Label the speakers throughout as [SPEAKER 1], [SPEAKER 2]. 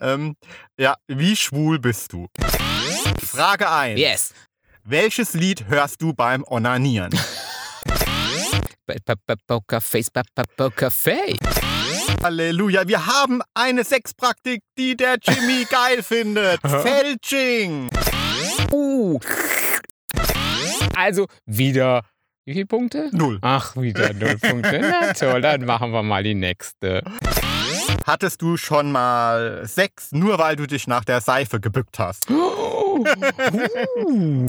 [SPEAKER 1] Ähm, ja, wie schwul bist du? Frage 1.
[SPEAKER 2] Yes.
[SPEAKER 1] Welches Lied hörst du beim Onanieren?
[SPEAKER 2] Ba- ba- ba- Pokerface, ba- ba- Pokerface.
[SPEAKER 1] Halleluja, wir haben eine Sexpraktik, die der Jimmy geil findet. Fälsching.
[SPEAKER 2] Uh. Also wieder. Wie viele Punkte?
[SPEAKER 1] Null.
[SPEAKER 2] Ach, wieder null Punkte. Na toll, dann machen wir mal die nächste.
[SPEAKER 1] Hattest du schon mal Sex, nur weil du dich nach der Seife gebückt hast?
[SPEAKER 2] Oh. Uh.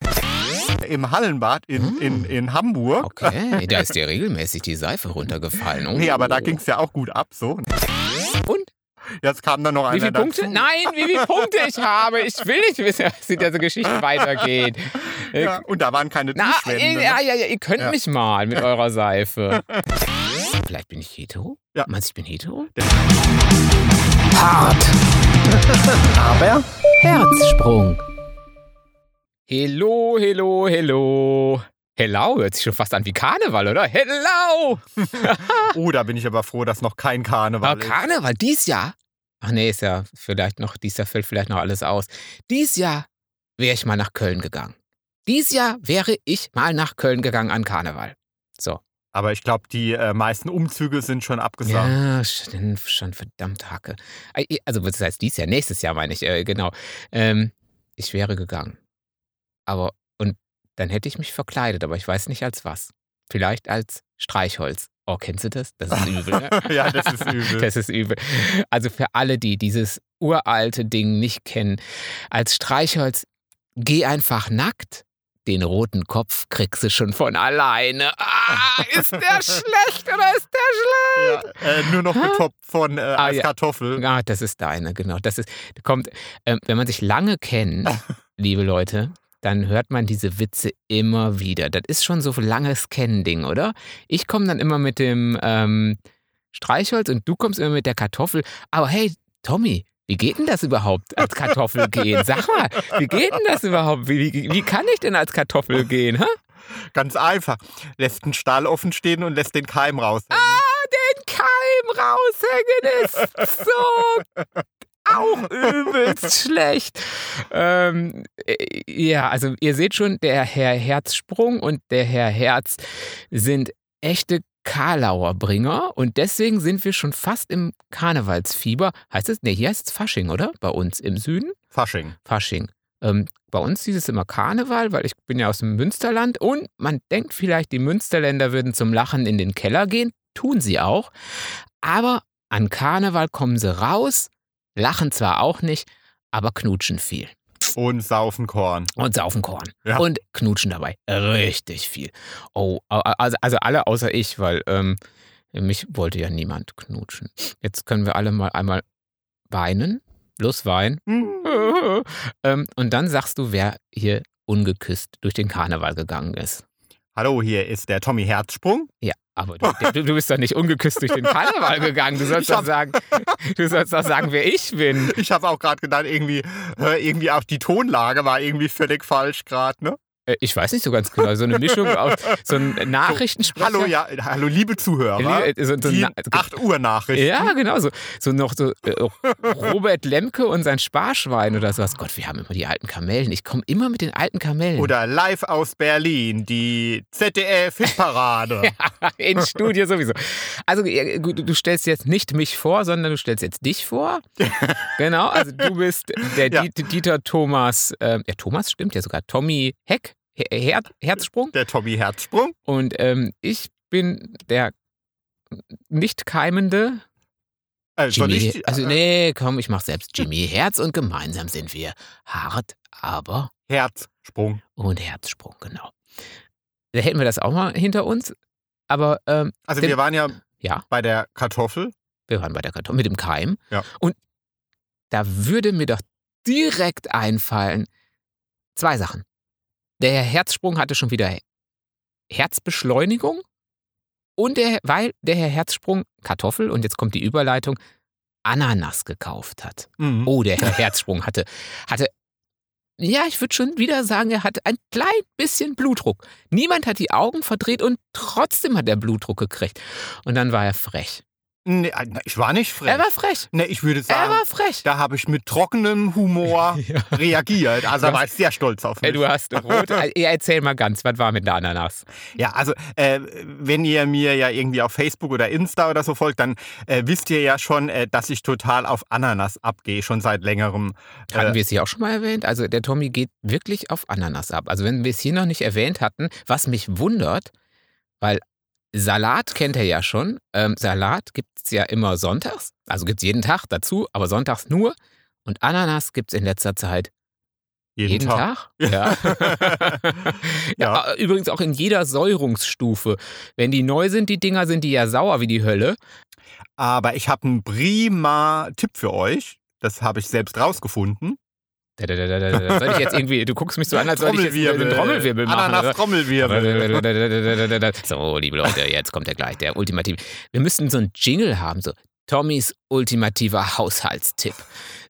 [SPEAKER 1] Im Hallenbad in,
[SPEAKER 2] Mm.
[SPEAKER 1] in, in Hamburg.
[SPEAKER 2] Okay, da ist dir regelmäßig die Seife runtergefallen. Oh.
[SPEAKER 1] Nee, aber da ging's ja auch gut ab, so.
[SPEAKER 2] Und?
[SPEAKER 1] Jetzt kam da noch einer
[SPEAKER 2] Wie viele Punkte?
[SPEAKER 1] dazu.
[SPEAKER 2] Nein, wie viele Punkte ich habe. Ich will nicht wissen, wie diese Geschichte weitergeht. Äh,
[SPEAKER 1] Ja, und da waren keine
[SPEAKER 2] Na, äh, halt
[SPEAKER 1] Duschwände.
[SPEAKER 2] ihr,
[SPEAKER 1] ne?
[SPEAKER 2] ja, ja, ja, ihr könnt
[SPEAKER 1] Ja.
[SPEAKER 2] mich mal mit eurer Seife. Vielleicht bin ich hetero?
[SPEAKER 1] Ja.
[SPEAKER 2] Meinst du, ich bin hetero?
[SPEAKER 3] Hart. Aber
[SPEAKER 2] Herzsprung. Hello, hello, hello. Hello hört sich schon fast an wie Karneval, oder? Hello!
[SPEAKER 1] Oh, da bin ich aber froh, dass noch kein Karneval
[SPEAKER 2] Aber Karneval dies Jahr? Ach nee, ist ja vielleicht noch, dies Jahr fällt vielleicht noch alles aus. Dies Jahr wäre ich mal nach Köln gegangen. Dies Jahr wäre ich mal nach Köln gegangen an Karneval. So.
[SPEAKER 1] ist. Aber ich glaube, die äh, meisten Umzüge sind schon abgesagt.
[SPEAKER 2] Ja, schon, schon verdammt Hacke. Ei, i- Also, was heißt dies Jahr? Nächstes Jahr meine ich, äh, genau. Ähm, ich wäre gegangen. Aber, und dann hätte ich mich verkleidet, aber ich weiß nicht als was. Vielleicht als Streichholz. Oh, kennst du das? Das ist übel. ne?
[SPEAKER 1] Ja, das ist übel.
[SPEAKER 2] Das ist übel. Also für alle, die dieses uralte Ding nicht kennen, als Streichholz, geh einfach nackt. Den roten Kopf kriegst du schon von alleine. Ah, ist der schlecht oder ist der
[SPEAKER 1] Ja, äh, nur noch getoppt von äh,
[SPEAKER 2] Ah, ja.
[SPEAKER 1] Eiskartoffel.
[SPEAKER 2] Ah, das ist deine, genau. Das ist, kommt, ähm, wenn man sich lange kennt, liebe Leute, dann hört man diese Witze immer wieder. Das ist schon so ein langes Kennen-Ding, oder? Ich komme dann immer mit dem ähm, Streichholz und du kommst immer mit der Kartoffel. Aber hey, Tommy, wie geht denn das überhaupt als Kartoffel gehen? Sag mal, wie geht denn das überhaupt? Wie, wie, wie kann ich denn als Kartoffel gehen? Hä?
[SPEAKER 1] Ganz einfach. Lässt einen Stahl offen stehen und lässt den Keim raus.
[SPEAKER 2] Ah! den Keim raushängen ist so auch übelst schlecht. Ähm, äh, ja, also ihr seht schon, der Herr Herzsprung und der Herr Herz sind echte Karlauerbringer und deswegen sind wir schon fast im Karnevalsfieber. Heißt es? Nee, hier heißt es Fasching, oder? Bei uns im Süden.
[SPEAKER 1] Fasching.
[SPEAKER 2] Fasching. Ähm, bei uns hieß es immer Karneval, weil ich bin ja aus dem Münsterland und man denkt vielleicht, die Münsterländer würden zum Lachen in den Keller gehen, tun sie auch, aber an Karneval kommen sie raus, lachen zwar auch nicht, aber knutschen viel
[SPEAKER 1] Und saufen Korn.
[SPEAKER 2] und saufen Korn
[SPEAKER 1] Ja.
[SPEAKER 2] und knutschen dabei richtig viel. Oh, a- a- also, also alle außer ich, weil ähm, mich wollte ja niemand knutschen. Jetzt können wir alle mal einmal weinen, bloß weinen.
[SPEAKER 1] Hm.
[SPEAKER 2] ähm, und dann sagst du, wer hier ungeküsst durch den Karneval gegangen ist.
[SPEAKER 1] Hallo, hier ist der Tommy Herzsprung.
[SPEAKER 2] Ja, aber du, du, du bist doch nicht ungeküsst durch den Karneval gegangen. Du sollst
[SPEAKER 1] Ich
[SPEAKER 2] doch
[SPEAKER 1] hab-
[SPEAKER 2] sagen, du sollst doch sagen, wer ich bin.
[SPEAKER 1] Ich habe auch gerade gedacht, irgendwie, äh, irgendwie auch die Tonlage war irgendwie völlig falsch gerade. Ne?
[SPEAKER 2] Äh, Ich weiß nicht so ganz genau. So eine Mischung aus so ein Nachrichtensprecher.
[SPEAKER 1] Hallo, ja, hallo, liebe Zuhörer.
[SPEAKER 2] Äh, so- so
[SPEAKER 1] Die
[SPEAKER 2] na-
[SPEAKER 1] 8 Uhr Nachricht.
[SPEAKER 2] Ja, genau. So, so noch so äh, Robert Lemke und sein Sparschwein oder sowas. Gott, wir haben immer die alten Kamellen. Ich komme immer mit den alten Kamellen.
[SPEAKER 1] Oder live aus Berlin, die ZDF-Hitparade.
[SPEAKER 2] In Studio sowieso. Also ja, gut, du stellst jetzt nicht mich vor, sondern du stellst jetzt dich vor. genau, also du bist der
[SPEAKER 1] Ja.
[SPEAKER 2] Diet- Dieter Thomas, ähm, ja Thomas stimmt ja sogar, Tommy Heck, Her Her Herzsprung.
[SPEAKER 1] Der Tommy Herzsprung.
[SPEAKER 2] Und ähm, ich bin der nicht keimende
[SPEAKER 1] Äh, soll
[SPEAKER 2] Jimmy.
[SPEAKER 1] ich-
[SPEAKER 2] also nee, komm, ich mach selbst Jimmy Herz und gemeinsam sind wir hart, aber
[SPEAKER 1] Herzsprung.
[SPEAKER 2] und Herzsprung, genau. Da hätten wir das auch mal hinter uns. Aber ähm,
[SPEAKER 1] Also
[SPEAKER 2] Denn-
[SPEAKER 1] wir waren ja,
[SPEAKER 2] Ja.
[SPEAKER 1] bei der Kartoffel.
[SPEAKER 2] wir waren bei der Kartoffel mit dem Keim.
[SPEAKER 1] Ja.
[SPEAKER 2] Und da würde mir doch direkt einfallen, zwei Sachen. Der Herzsprung hatte schon wieder Herzbeschleunigung und der, weil der Herr Herzsprung Kartoffel, und jetzt kommt die Überleitung, Ananas gekauft hat.
[SPEAKER 1] Mhm.
[SPEAKER 2] Oh, der Herr Herzsprung hatte, hatte, ja, ich würde schon wieder sagen, er hatte ein klein bisschen Blutdruck. Niemand hat die Augen verdreht und trotzdem hat er Blutdruck gekriegt. Und dann war er frech.
[SPEAKER 1] Nee, nein, ich war nicht frech.
[SPEAKER 2] Er war frech.
[SPEAKER 1] nee, ich würde
[SPEAKER 2] Er
[SPEAKER 1] sagen,
[SPEAKER 2] war frech.
[SPEAKER 1] da habe ich mit trockenem Humor reagiert. Also da war ich sehr stolz auf
[SPEAKER 2] Ey,
[SPEAKER 1] mich.
[SPEAKER 2] du hast rote. Also, ja, erzähl mal ganz, was war mit der Ananas?
[SPEAKER 1] Ja, also äh, wenn ihr mir ja irgendwie auf Facebook oder Insta oder so folgt, dann äh, wisst ihr ja schon, äh, dass ich total auf Ananas abgehe, schon seit längerem.
[SPEAKER 2] Hatten
[SPEAKER 1] Äh,
[SPEAKER 2] wir es hier auch schon mal erwähnt? Also der Tommy geht wirklich auf Ananas ab. Also wenn wir es hier noch nicht erwähnt hatten, was mich wundert, weil Salat kennt er ja schon. Ähm, Salat gibt es ja immer sonntags, also gibt es jeden Tag dazu, aber sonntags nur. Und Ananas gibt es in letzter Zeit jeden, Tag. Ja. ja.
[SPEAKER 1] Ja.
[SPEAKER 2] Übrigens auch in jeder Säurungsstufe. Wenn die neu sind, die Dinger, sind die ja sauer wie die Hölle.
[SPEAKER 1] Aber ich habe einen prima Tipp für euch. Das habe ich selbst rausgefunden.
[SPEAKER 2] Da, da, da, da, da, da. Soll ich jetzt irgendwie, du guckst mich so an, als soll ich jetzt einen Trommelwirbel machen. oder?
[SPEAKER 1] Ananas Trommelwirbel.
[SPEAKER 2] So, liebe Leute, jetzt kommt er gleich, der ultimative. Wir müssten so einen Jingle haben, so Tommys ultimativer Haushaltstipp.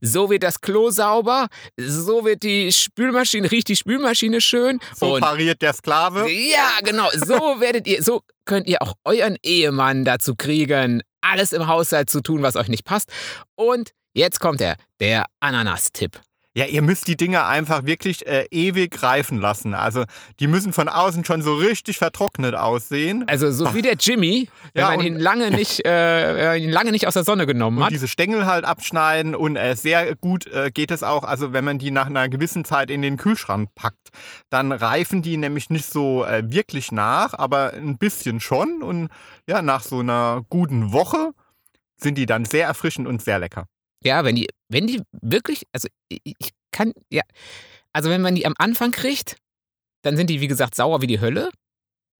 [SPEAKER 2] So wird das Klo sauber, so wird die Spülmaschine, riecht die Spülmaschine schön.
[SPEAKER 1] So
[SPEAKER 2] und
[SPEAKER 1] pariert der Sklave.
[SPEAKER 2] ja, genau, so werdet ihr, so könnt ihr auch euren Ehemann dazu kriegen, alles im Haushalt zu tun, was euch nicht passt. Und jetzt kommt er, der Ananas-Tipp.
[SPEAKER 1] Ja, ihr müsst die Dinger einfach wirklich äh, ewig reifen lassen. Also die müssen von außen schon so richtig vertrocknet aussehen.
[SPEAKER 2] Also so wie der Jimmy, wenn
[SPEAKER 1] Ja,
[SPEAKER 2] man
[SPEAKER 1] und-
[SPEAKER 2] ihn lange nicht, äh, wenn man ihn lange nicht aus der Sonne genommen
[SPEAKER 1] Und
[SPEAKER 2] hat.
[SPEAKER 1] diese Stängel halt abschneiden und äh, sehr gut äh, geht es auch, also wenn man die nach einer gewissen Zeit in den Kühlschrank packt, dann reifen die nämlich nicht so äh, wirklich nach, aber ein bisschen schon und ja, nach so einer guten Woche sind die dann sehr erfrischend und sehr lecker.
[SPEAKER 2] Ja, wenn die, wenn die wirklich, also ich ich kann, ja, also wenn man die am Anfang kriegt, dann sind die, wie gesagt, sauer wie die Hölle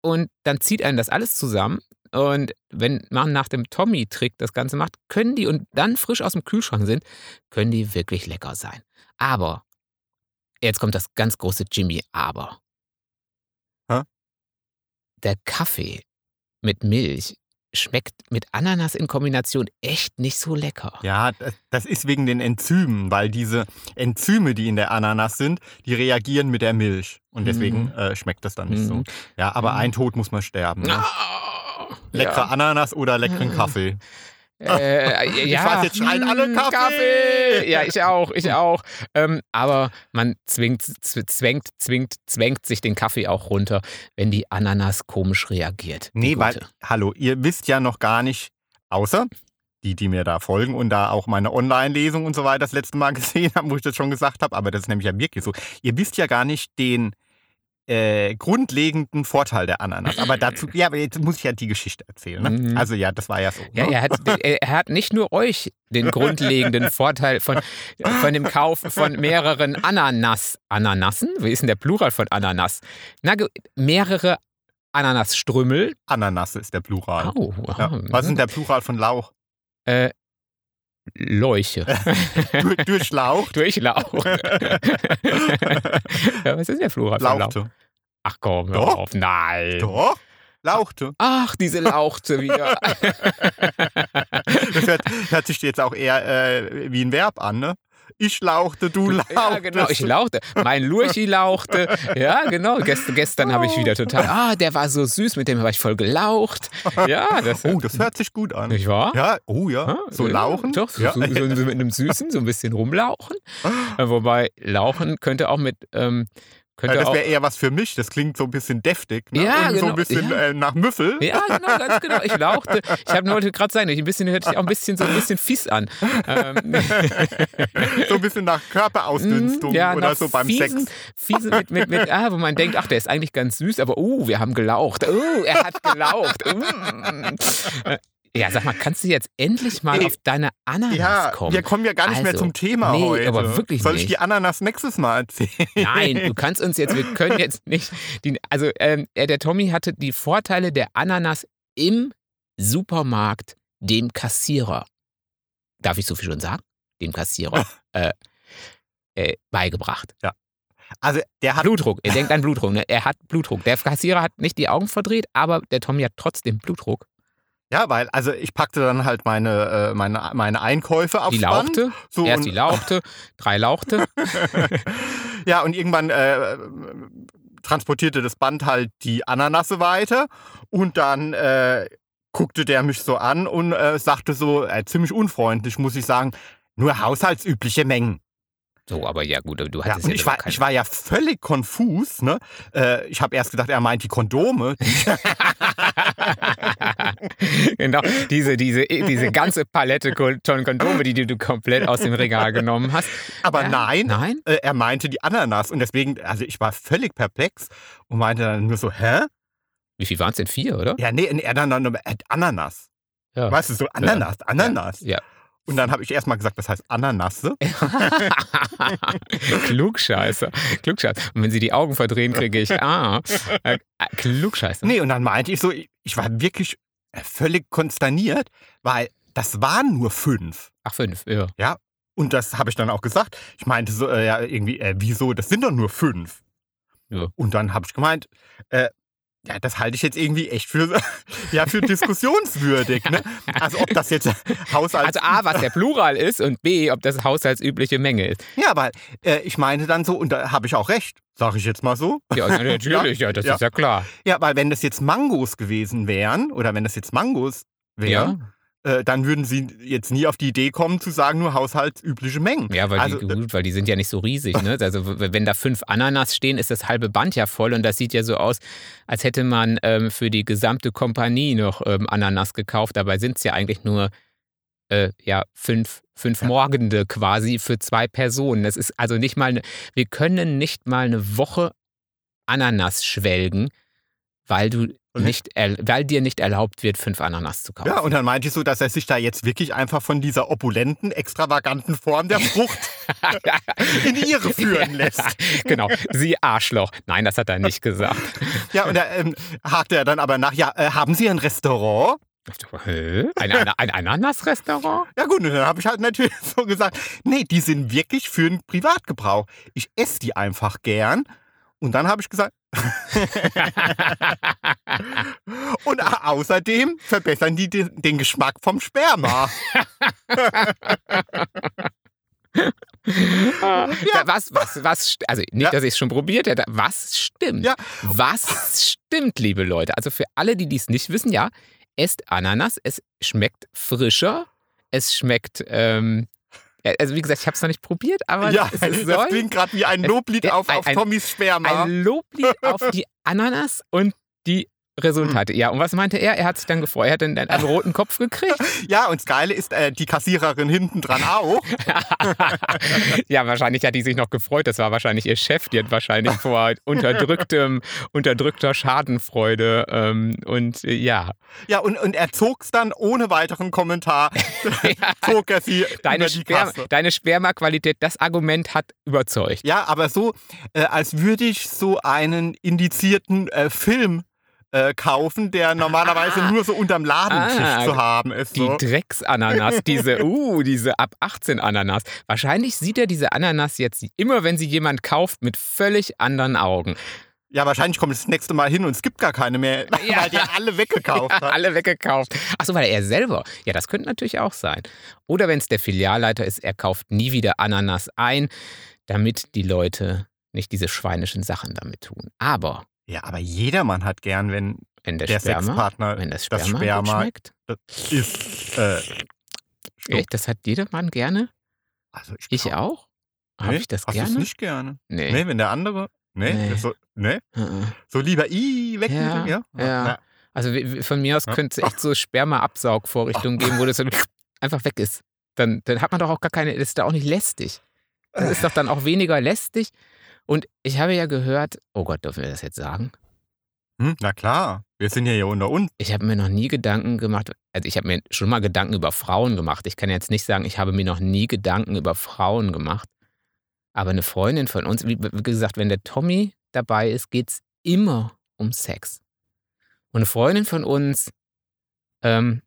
[SPEAKER 2] und dann zieht einen das alles zusammen. Und wenn man nach dem Tommy-Trick das Ganze macht, können die und dann frisch aus dem Kühlschrank sind, können die wirklich lecker sein. Aber, jetzt kommt das ganz große Jimmy, aber.
[SPEAKER 1] Hä?
[SPEAKER 2] Der Kaffee mit Milch schmeckt mit Ananas in Kombination echt nicht so lecker.
[SPEAKER 1] Ja, das- das ist wegen den Enzymen, weil diese Enzyme, die in der Ananas sind, die reagieren mit der Milch und deswegen äh, schmeckt das dann nicht so.
[SPEAKER 2] Mhm.
[SPEAKER 1] Ja, aber
[SPEAKER 2] Mhm.
[SPEAKER 1] ein Tod muss man sterben. Ne?
[SPEAKER 2] Ah, Mhm.
[SPEAKER 1] Leckere Ananas oder leckeren Kaffee.
[SPEAKER 2] Ja. Äh,
[SPEAKER 1] Ich
[SPEAKER 2] ja.
[SPEAKER 1] weiß, jetzt schreien alle
[SPEAKER 2] Mm,
[SPEAKER 1] Kaffee.
[SPEAKER 2] Ja, ich auch, ich auch. Ähm, aber man zwingt, zw- zwängt, zwingt, zwängt sich den Kaffee auch runter, wenn die Ananas komisch reagiert. die
[SPEAKER 1] Nee, weil,
[SPEAKER 2] gute.
[SPEAKER 1] hallo, ihr wisst ja noch gar nicht, außer die, die mir da folgen und da auch meine Online-Lesung und so weiter das letzte Mal gesehen haben, wo ich das schon gesagt habe, aber das ist nämlich ja wirklich so. Ihr wisst ja gar nicht den äh, grundlegenden Vorteil der Ananas. Aber dazu, ja, aber jetzt muss ich ja die Geschichte erzählen. Ne?
[SPEAKER 2] Mhm.
[SPEAKER 1] Also ja, das war ja so.
[SPEAKER 2] Ja,
[SPEAKER 1] ne?
[SPEAKER 2] er hat, er hat nicht nur euch den grundlegenden Vorteil von, von dem Kauf von mehreren Ananas, Ananassen, wie ist denn der Plural von Ananas? Na, ge- mehrere Ananasstrümmel.
[SPEAKER 1] Ananas ist der Plural.
[SPEAKER 2] Au,
[SPEAKER 1] Ja.
[SPEAKER 2] ah,
[SPEAKER 1] Was ist denn der Plural von Lauch?
[SPEAKER 2] Äh, Leuche.
[SPEAKER 1] Durch, durchlaucht?
[SPEAKER 2] Durchlauch. ja, was ist der Flora? für Lauch?
[SPEAKER 1] Lauchte.
[SPEAKER 2] Ach komm, hör
[SPEAKER 1] Doch.
[SPEAKER 2] auf. Nein.
[SPEAKER 1] Doch? Lauchte.
[SPEAKER 2] Ach, diese Lauchte wieder.
[SPEAKER 1] Das hört, hört sich jetzt auch eher äh, wie ein Verb an, ne? Ich lauchte, du lauchtest.
[SPEAKER 2] ja, genau, ich lauchte. Mein Lurchi lauchte. Ja, genau. Gest, gestern habe ich wieder total. Ah, der war so süß, mit dem habe ich voll gelaucht. Ja, das.
[SPEAKER 1] Oh, das hört sich gut an.
[SPEAKER 2] Nicht wahr?
[SPEAKER 1] Ja, oh
[SPEAKER 2] Hä?
[SPEAKER 1] ja. So
[SPEAKER 2] Ah, Ja,
[SPEAKER 1] lauchen.
[SPEAKER 2] Doch, so,
[SPEAKER 1] ja.
[SPEAKER 2] so, so mit einem Süßen, so ein bisschen rumlauchen. Äh, Wobei, lauchen könnte auch mit. Ähm,
[SPEAKER 1] Ja,
[SPEAKER 2] könnte
[SPEAKER 1] Äh, das
[SPEAKER 2] auch,
[SPEAKER 1] wäre eher was für mich. Das klingt so ein bisschen deftig. Ne? Und
[SPEAKER 2] Ja,
[SPEAKER 1] so
[SPEAKER 2] genau,
[SPEAKER 1] ein bisschen
[SPEAKER 2] ja.
[SPEAKER 1] äh, nach Müffel.
[SPEAKER 2] Ja, genau, ganz genau. Ich lauchte. Ich habe nur heute gerade sein, ich ein bisschen hört sich auch ein bisschen so ein bisschen fies an. Ähm,
[SPEAKER 1] so ein bisschen nach Körperausdünstung
[SPEAKER 2] mm, ja,
[SPEAKER 1] oder
[SPEAKER 2] nach
[SPEAKER 1] so beim
[SPEAKER 2] fiesen,
[SPEAKER 1] Sex.
[SPEAKER 2] Fiesen mit, mit, mit, ah, wo man denkt, ach, der ist eigentlich ganz süß, aber oh, wir haben gelaucht. Oh, er hat gelaucht. Mm. Äh, Ja, sag mal, kannst du jetzt endlich mal
[SPEAKER 1] Ey,
[SPEAKER 2] auf deine Ananas
[SPEAKER 1] Ja,
[SPEAKER 2] kommen?
[SPEAKER 1] wir kommen ja gar nicht mehr
[SPEAKER 2] Also,
[SPEAKER 1] zum Thema
[SPEAKER 2] nee,
[SPEAKER 1] heute.
[SPEAKER 2] aber wirklich
[SPEAKER 1] Soll ich
[SPEAKER 2] nicht.
[SPEAKER 1] die Ananas nächstes Mal erzählen?
[SPEAKER 2] Nein, du kannst uns jetzt, wir können jetzt nicht. Die, also, ähm, äh, der Tommy hatte die Vorteile der Ananas im Supermarkt dem Kassierer. Darf ich so viel schon sagen? Dem Kassierer äh, äh, beigebracht.
[SPEAKER 1] Also, der hat
[SPEAKER 2] Blutdruck. Er denkt an Blutdruck. Ne? Er hat Blutdruck. Der Kassierer hat nicht die Augen verdreht, aber der Tommy hat trotzdem Blutdruck.
[SPEAKER 1] Ja, weil, also ich packte dann halt meine, äh, meine, meine Einkäufe aufs
[SPEAKER 2] die
[SPEAKER 1] Band.
[SPEAKER 2] lauchte.
[SPEAKER 1] So
[SPEAKER 2] erst
[SPEAKER 1] und-
[SPEAKER 2] die lauchte, drei lauchte.
[SPEAKER 1] ja, und irgendwann äh, transportierte das Band halt die Ananasse weiter und dann äh, guckte der mich so an und äh, sagte so, äh, ziemlich unfreundlich, muss ich sagen, nur haushaltsübliche Mengen.
[SPEAKER 2] So, aber ja gut, aber du
[SPEAKER 1] Ja,
[SPEAKER 2] hattest
[SPEAKER 1] und
[SPEAKER 2] ja,
[SPEAKER 1] ich,
[SPEAKER 2] selber
[SPEAKER 1] war,
[SPEAKER 2] keine-
[SPEAKER 1] ich war ja völlig konfus. Ne? Äh, ich habe erst gedacht, er meint die Kondome.
[SPEAKER 2] genau, diese, diese, diese ganze Palette Kon- von Kondome, die du, du komplett aus dem Regal genommen hast.
[SPEAKER 1] Aber
[SPEAKER 2] Ja,
[SPEAKER 1] nein,
[SPEAKER 2] Nein?
[SPEAKER 1] äh, er meinte die Ananas. Und deswegen, also ich war völlig perplex und meinte dann nur so, hä?
[SPEAKER 2] Wie viel waren es denn? Vier, oder?
[SPEAKER 1] Ja, nee, er dann dann, äh, Ananas.
[SPEAKER 2] Ja.
[SPEAKER 1] Weißt du, so Ananas, Ananas.
[SPEAKER 2] Ja.
[SPEAKER 1] Und dann habe ich erst mal gesagt, das heißt Ananasse.
[SPEAKER 2] Klugscheißer. Klugscheißer. Und wenn sie die Augen verdrehen, kriege ich. Ah. Äh, Klugscheißer.
[SPEAKER 1] Nee, und dann meinte ich so, ich ich war wirklich äh, völlig konsterniert, weil das waren nur fünf.
[SPEAKER 2] Ach, fünf, ja.
[SPEAKER 1] Und das habe ich dann auch gesagt. Ich meinte so, äh, ja, irgendwie, äh, wieso? Das sind doch nur fünf.
[SPEAKER 2] Ja.
[SPEAKER 1] Und dann habe ich gemeint, äh, ja, das halte ich jetzt irgendwie echt für, ja, für diskussionswürdig. Ne? Also ob das jetzt Haushalt...
[SPEAKER 2] Also A, was der Plural ist und B, ob das haushaltsübliche Menge ist.
[SPEAKER 1] ja, weil äh, ich meinte dann so, und da habe ich auch recht, sage ich jetzt mal so.
[SPEAKER 2] Ja, na, natürlich, ja, das
[SPEAKER 1] Ja.
[SPEAKER 2] ist ja klar.
[SPEAKER 1] Ja, weil wenn das jetzt Mangos gewesen wären, oder wenn das jetzt Mangos wären,
[SPEAKER 2] Ja,
[SPEAKER 1] äh, dann würden sie jetzt nie auf die Idee kommen zu sagen, nur haushaltsübliche Mengen.
[SPEAKER 2] ja weil,
[SPEAKER 1] also,
[SPEAKER 2] die,
[SPEAKER 1] äh,
[SPEAKER 2] gut, weil die sind ja nicht so riesig. Ne? Also w- wenn da fünf Ananas stehen, ist das halbe Band ja voll und das sieht ja so aus, als hätte man ähm, für die gesamte Kompanie noch ähm, Ananas gekauft. Dabei sind es ja eigentlich nur äh, ja, fünf, fünf Morgende quasi für zwei Personen. Das ist also nicht mal, eine, wir können nicht mal eine Woche Ananas schwelgen, weil du
[SPEAKER 1] Und-
[SPEAKER 2] nicht, erl- weil dir nicht erlaubt wird, fünf Ananas zu kaufen.
[SPEAKER 1] ja, und dann meinte ich so, dass er sich da jetzt wirklich einfach von dieser opulenten, extravaganten Form der Frucht in die Irre führen lässt.
[SPEAKER 2] genau, sie Arschloch. Nein, das hat er nicht gesagt.
[SPEAKER 1] Ja, und da ähm, hakte er dann aber nach, ja, äh, haben Sie ein Restaurant?
[SPEAKER 2] Hä? Ein, ein, ein Ananas-Restaurant?
[SPEAKER 1] Ja gut, und dann habe ich halt natürlich so gesagt, nee, die sind wirklich für den Privatgebrauch. Ich esse die einfach gern. Und dann habe ich gesagt, Und a- außerdem verbessern die den, den Geschmack vom Sperma.
[SPEAKER 2] Da- Was, was, was, st- also nicht,
[SPEAKER 1] Ja.
[SPEAKER 2] dass ich es schon probiert hätte, was stimmt?
[SPEAKER 1] Ja.
[SPEAKER 2] Was stimmt, liebe Leute? Also für alle, die dies nicht wissen, ja, esst Ananas, es schmeckt frischer, es schmeckt, ähm, ja, also wie gesagt, ich habe es noch nicht probiert, aber
[SPEAKER 1] ja,
[SPEAKER 2] es,
[SPEAKER 1] das
[SPEAKER 2] es soll
[SPEAKER 1] klingt gerade wie ein Loblied
[SPEAKER 2] es-
[SPEAKER 1] auf, auf
[SPEAKER 2] ein-
[SPEAKER 1] Tommys Sperma.
[SPEAKER 2] Ein Loblied auf die Ananas und die Resultate. Ja, und was meinte er? Er hat sich dann gefreut. Er hat dann einen, einen roten Kopf gekriegt.
[SPEAKER 1] ja, und das Geile ist, äh, die Kassiererin hinten dran auch.
[SPEAKER 2] ja, wahrscheinlich hat die sich noch gefreut. Das war wahrscheinlich ihr Chef. Die hat wahrscheinlich vor unterdrücktem, unterdrückter Schadenfreude. Ähm, und äh, ja,
[SPEAKER 1] Ja, und, und er zog es dann ohne weiteren Kommentar, zog er sie
[SPEAKER 2] deine,
[SPEAKER 1] über die
[SPEAKER 2] Sperma,
[SPEAKER 1] Kasse.
[SPEAKER 2] deine Spermaqualität, das Argument hat überzeugt.
[SPEAKER 1] Ja, aber so, äh, als würde ich so einen indizierten äh, Film äh, kaufen, der normalerweise
[SPEAKER 2] Ah.
[SPEAKER 1] nur so unterm Ladentisch
[SPEAKER 2] Ah,
[SPEAKER 1] zu haben ist.
[SPEAKER 2] Die
[SPEAKER 1] So.
[SPEAKER 2] Drecksananas, diese, uh, diese ab 18 Ananas. Wahrscheinlich sieht er diese Ananas jetzt immer, wenn sie jemand kauft, mit völlig anderen Augen.
[SPEAKER 1] Ja, wahrscheinlich kommt es das nächste Mal hin und es gibt gar keine mehr,
[SPEAKER 2] Ja.
[SPEAKER 1] weil der alle weggekauft hat.
[SPEAKER 2] Alle weggekauft. Achso, weil er selber. Ja, das könnte natürlich auch sein. Oder wenn es der Filialleiter ist, er kauft nie wieder Ananas ein, damit die Leute nicht diese schweinischen Sachen damit tun. Aber
[SPEAKER 1] Ja, aber jedermann hat gern, wenn
[SPEAKER 2] wenn der,
[SPEAKER 1] der
[SPEAKER 2] Sperma,
[SPEAKER 1] Sexpartner
[SPEAKER 2] wenn das Sperma,
[SPEAKER 1] das
[SPEAKER 2] gut
[SPEAKER 1] Sperma-
[SPEAKER 2] schmeckt,
[SPEAKER 1] ist. Äh,
[SPEAKER 2] echt, das hat jedermann gerne.
[SPEAKER 1] also ich,
[SPEAKER 2] Ich auch. Habe
[SPEAKER 1] Nee,
[SPEAKER 2] ich das
[SPEAKER 1] hast du's
[SPEAKER 2] gerne?
[SPEAKER 1] nicht gerne?
[SPEAKER 2] Nee.
[SPEAKER 1] Nee, wenn der andere. Nee,
[SPEAKER 2] Nee.
[SPEAKER 1] So, nee.
[SPEAKER 2] Mhm.
[SPEAKER 1] so lieber i weg
[SPEAKER 2] Ja,
[SPEAKER 1] mit dem, ja?
[SPEAKER 2] ja. Also wie- wie- von mir aus
[SPEAKER 1] Ja.
[SPEAKER 2] könnte es echt so Sperma-Absaugvorrichtungen geben, wo das so einfach weg ist. Dann, dann hat man doch auch gar keine, das ist da auch nicht lästig. Das ist doch dann auch weniger lästig. Und ich habe ja gehört, oh Gott, dürfen wir das jetzt sagen?
[SPEAKER 1] Hm, na klar, wir sind ja hier unter uns.
[SPEAKER 2] Ich habe mir noch nie Gedanken gemacht, also ich habe mir schon mal Gedanken über Frauen gemacht. Ich kann jetzt nicht sagen, ich habe mir noch nie Gedanken über Frauen gemacht. Aber eine Freundin von uns, wie, wie gesagt, wenn der Tommy dabei ist, geht es immer um Sex. Und eine Freundin von uns ähm,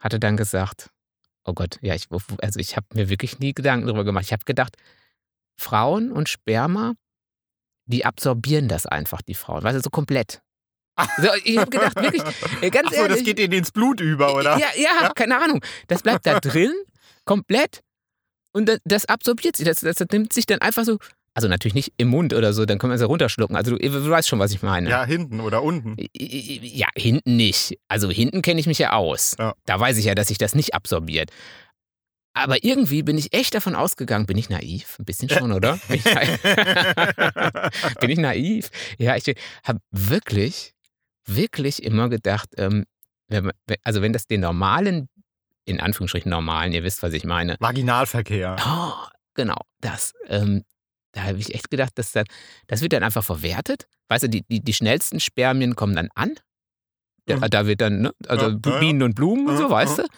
[SPEAKER 2] hatte dann gesagt, oh Gott, ja, ich, also ich habe mir wirklich nie Gedanken darüber gemacht. Ich habe gedacht, Frauen und Sperma, die absorbieren das einfach, die Frauen. Weißt du, so komplett. So, ich habe gedacht, wirklich, äh, ganz
[SPEAKER 1] Achso,
[SPEAKER 2] ehrlich.
[SPEAKER 1] das geht ihnen ins Blut über, oder?
[SPEAKER 2] Ja, ja,
[SPEAKER 1] Ja?
[SPEAKER 2] keine Ahnung. Das bleibt da drin, komplett. Und das, das absorbiert sich. Das, das nimmt sich dann einfach so Also natürlich nicht im Mund oder so, dann können wir es ja runterschlucken. Also du, du weißt schon, was ich meine.
[SPEAKER 1] Ja, hinten oder unten.
[SPEAKER 2] Ja, hinten nicht. Also hinten kenne ich mich ja aus.
[SPEAKER 1] Ja.
[SPEAKER 2] Da weiß ich ja, dass sich das nicht absorbiert. Aber irgendwie bin ich echt davon ausgegangen, bin ich naiv? Ein bisschen schon, oder? Bin ich naiv? bin ich naiv? Ja, ich habe wirklich, wirklich immer gedacht, ähm, wenn, man- wenn- also wenn das den normalen, in Anführungsstrichen normalen, ihr wisst, was ich meine,
[SPEAKER 1] Vaginalverkehr.
[SPEAKER 2] Oh, genau, das. Ähm, da habe ich echt gedacht, dass dann, das wird dann einfach verwertet. Weißt du, die, die, die schnellsten Spermien kommen dann an. Da,
[SPEAKER 1] Mhm.
[SPEAKER 2] da wird dann, ne, also
[SPEAKER 1] Ja, ja, ja.
[SPEAKER 2] Bienen und Blumen und so,
[SPEAKER 1] Mhm,
[SPEAKER 2] weißt
[SPEAKER 1] mhm.
[SPEAKER 2] du?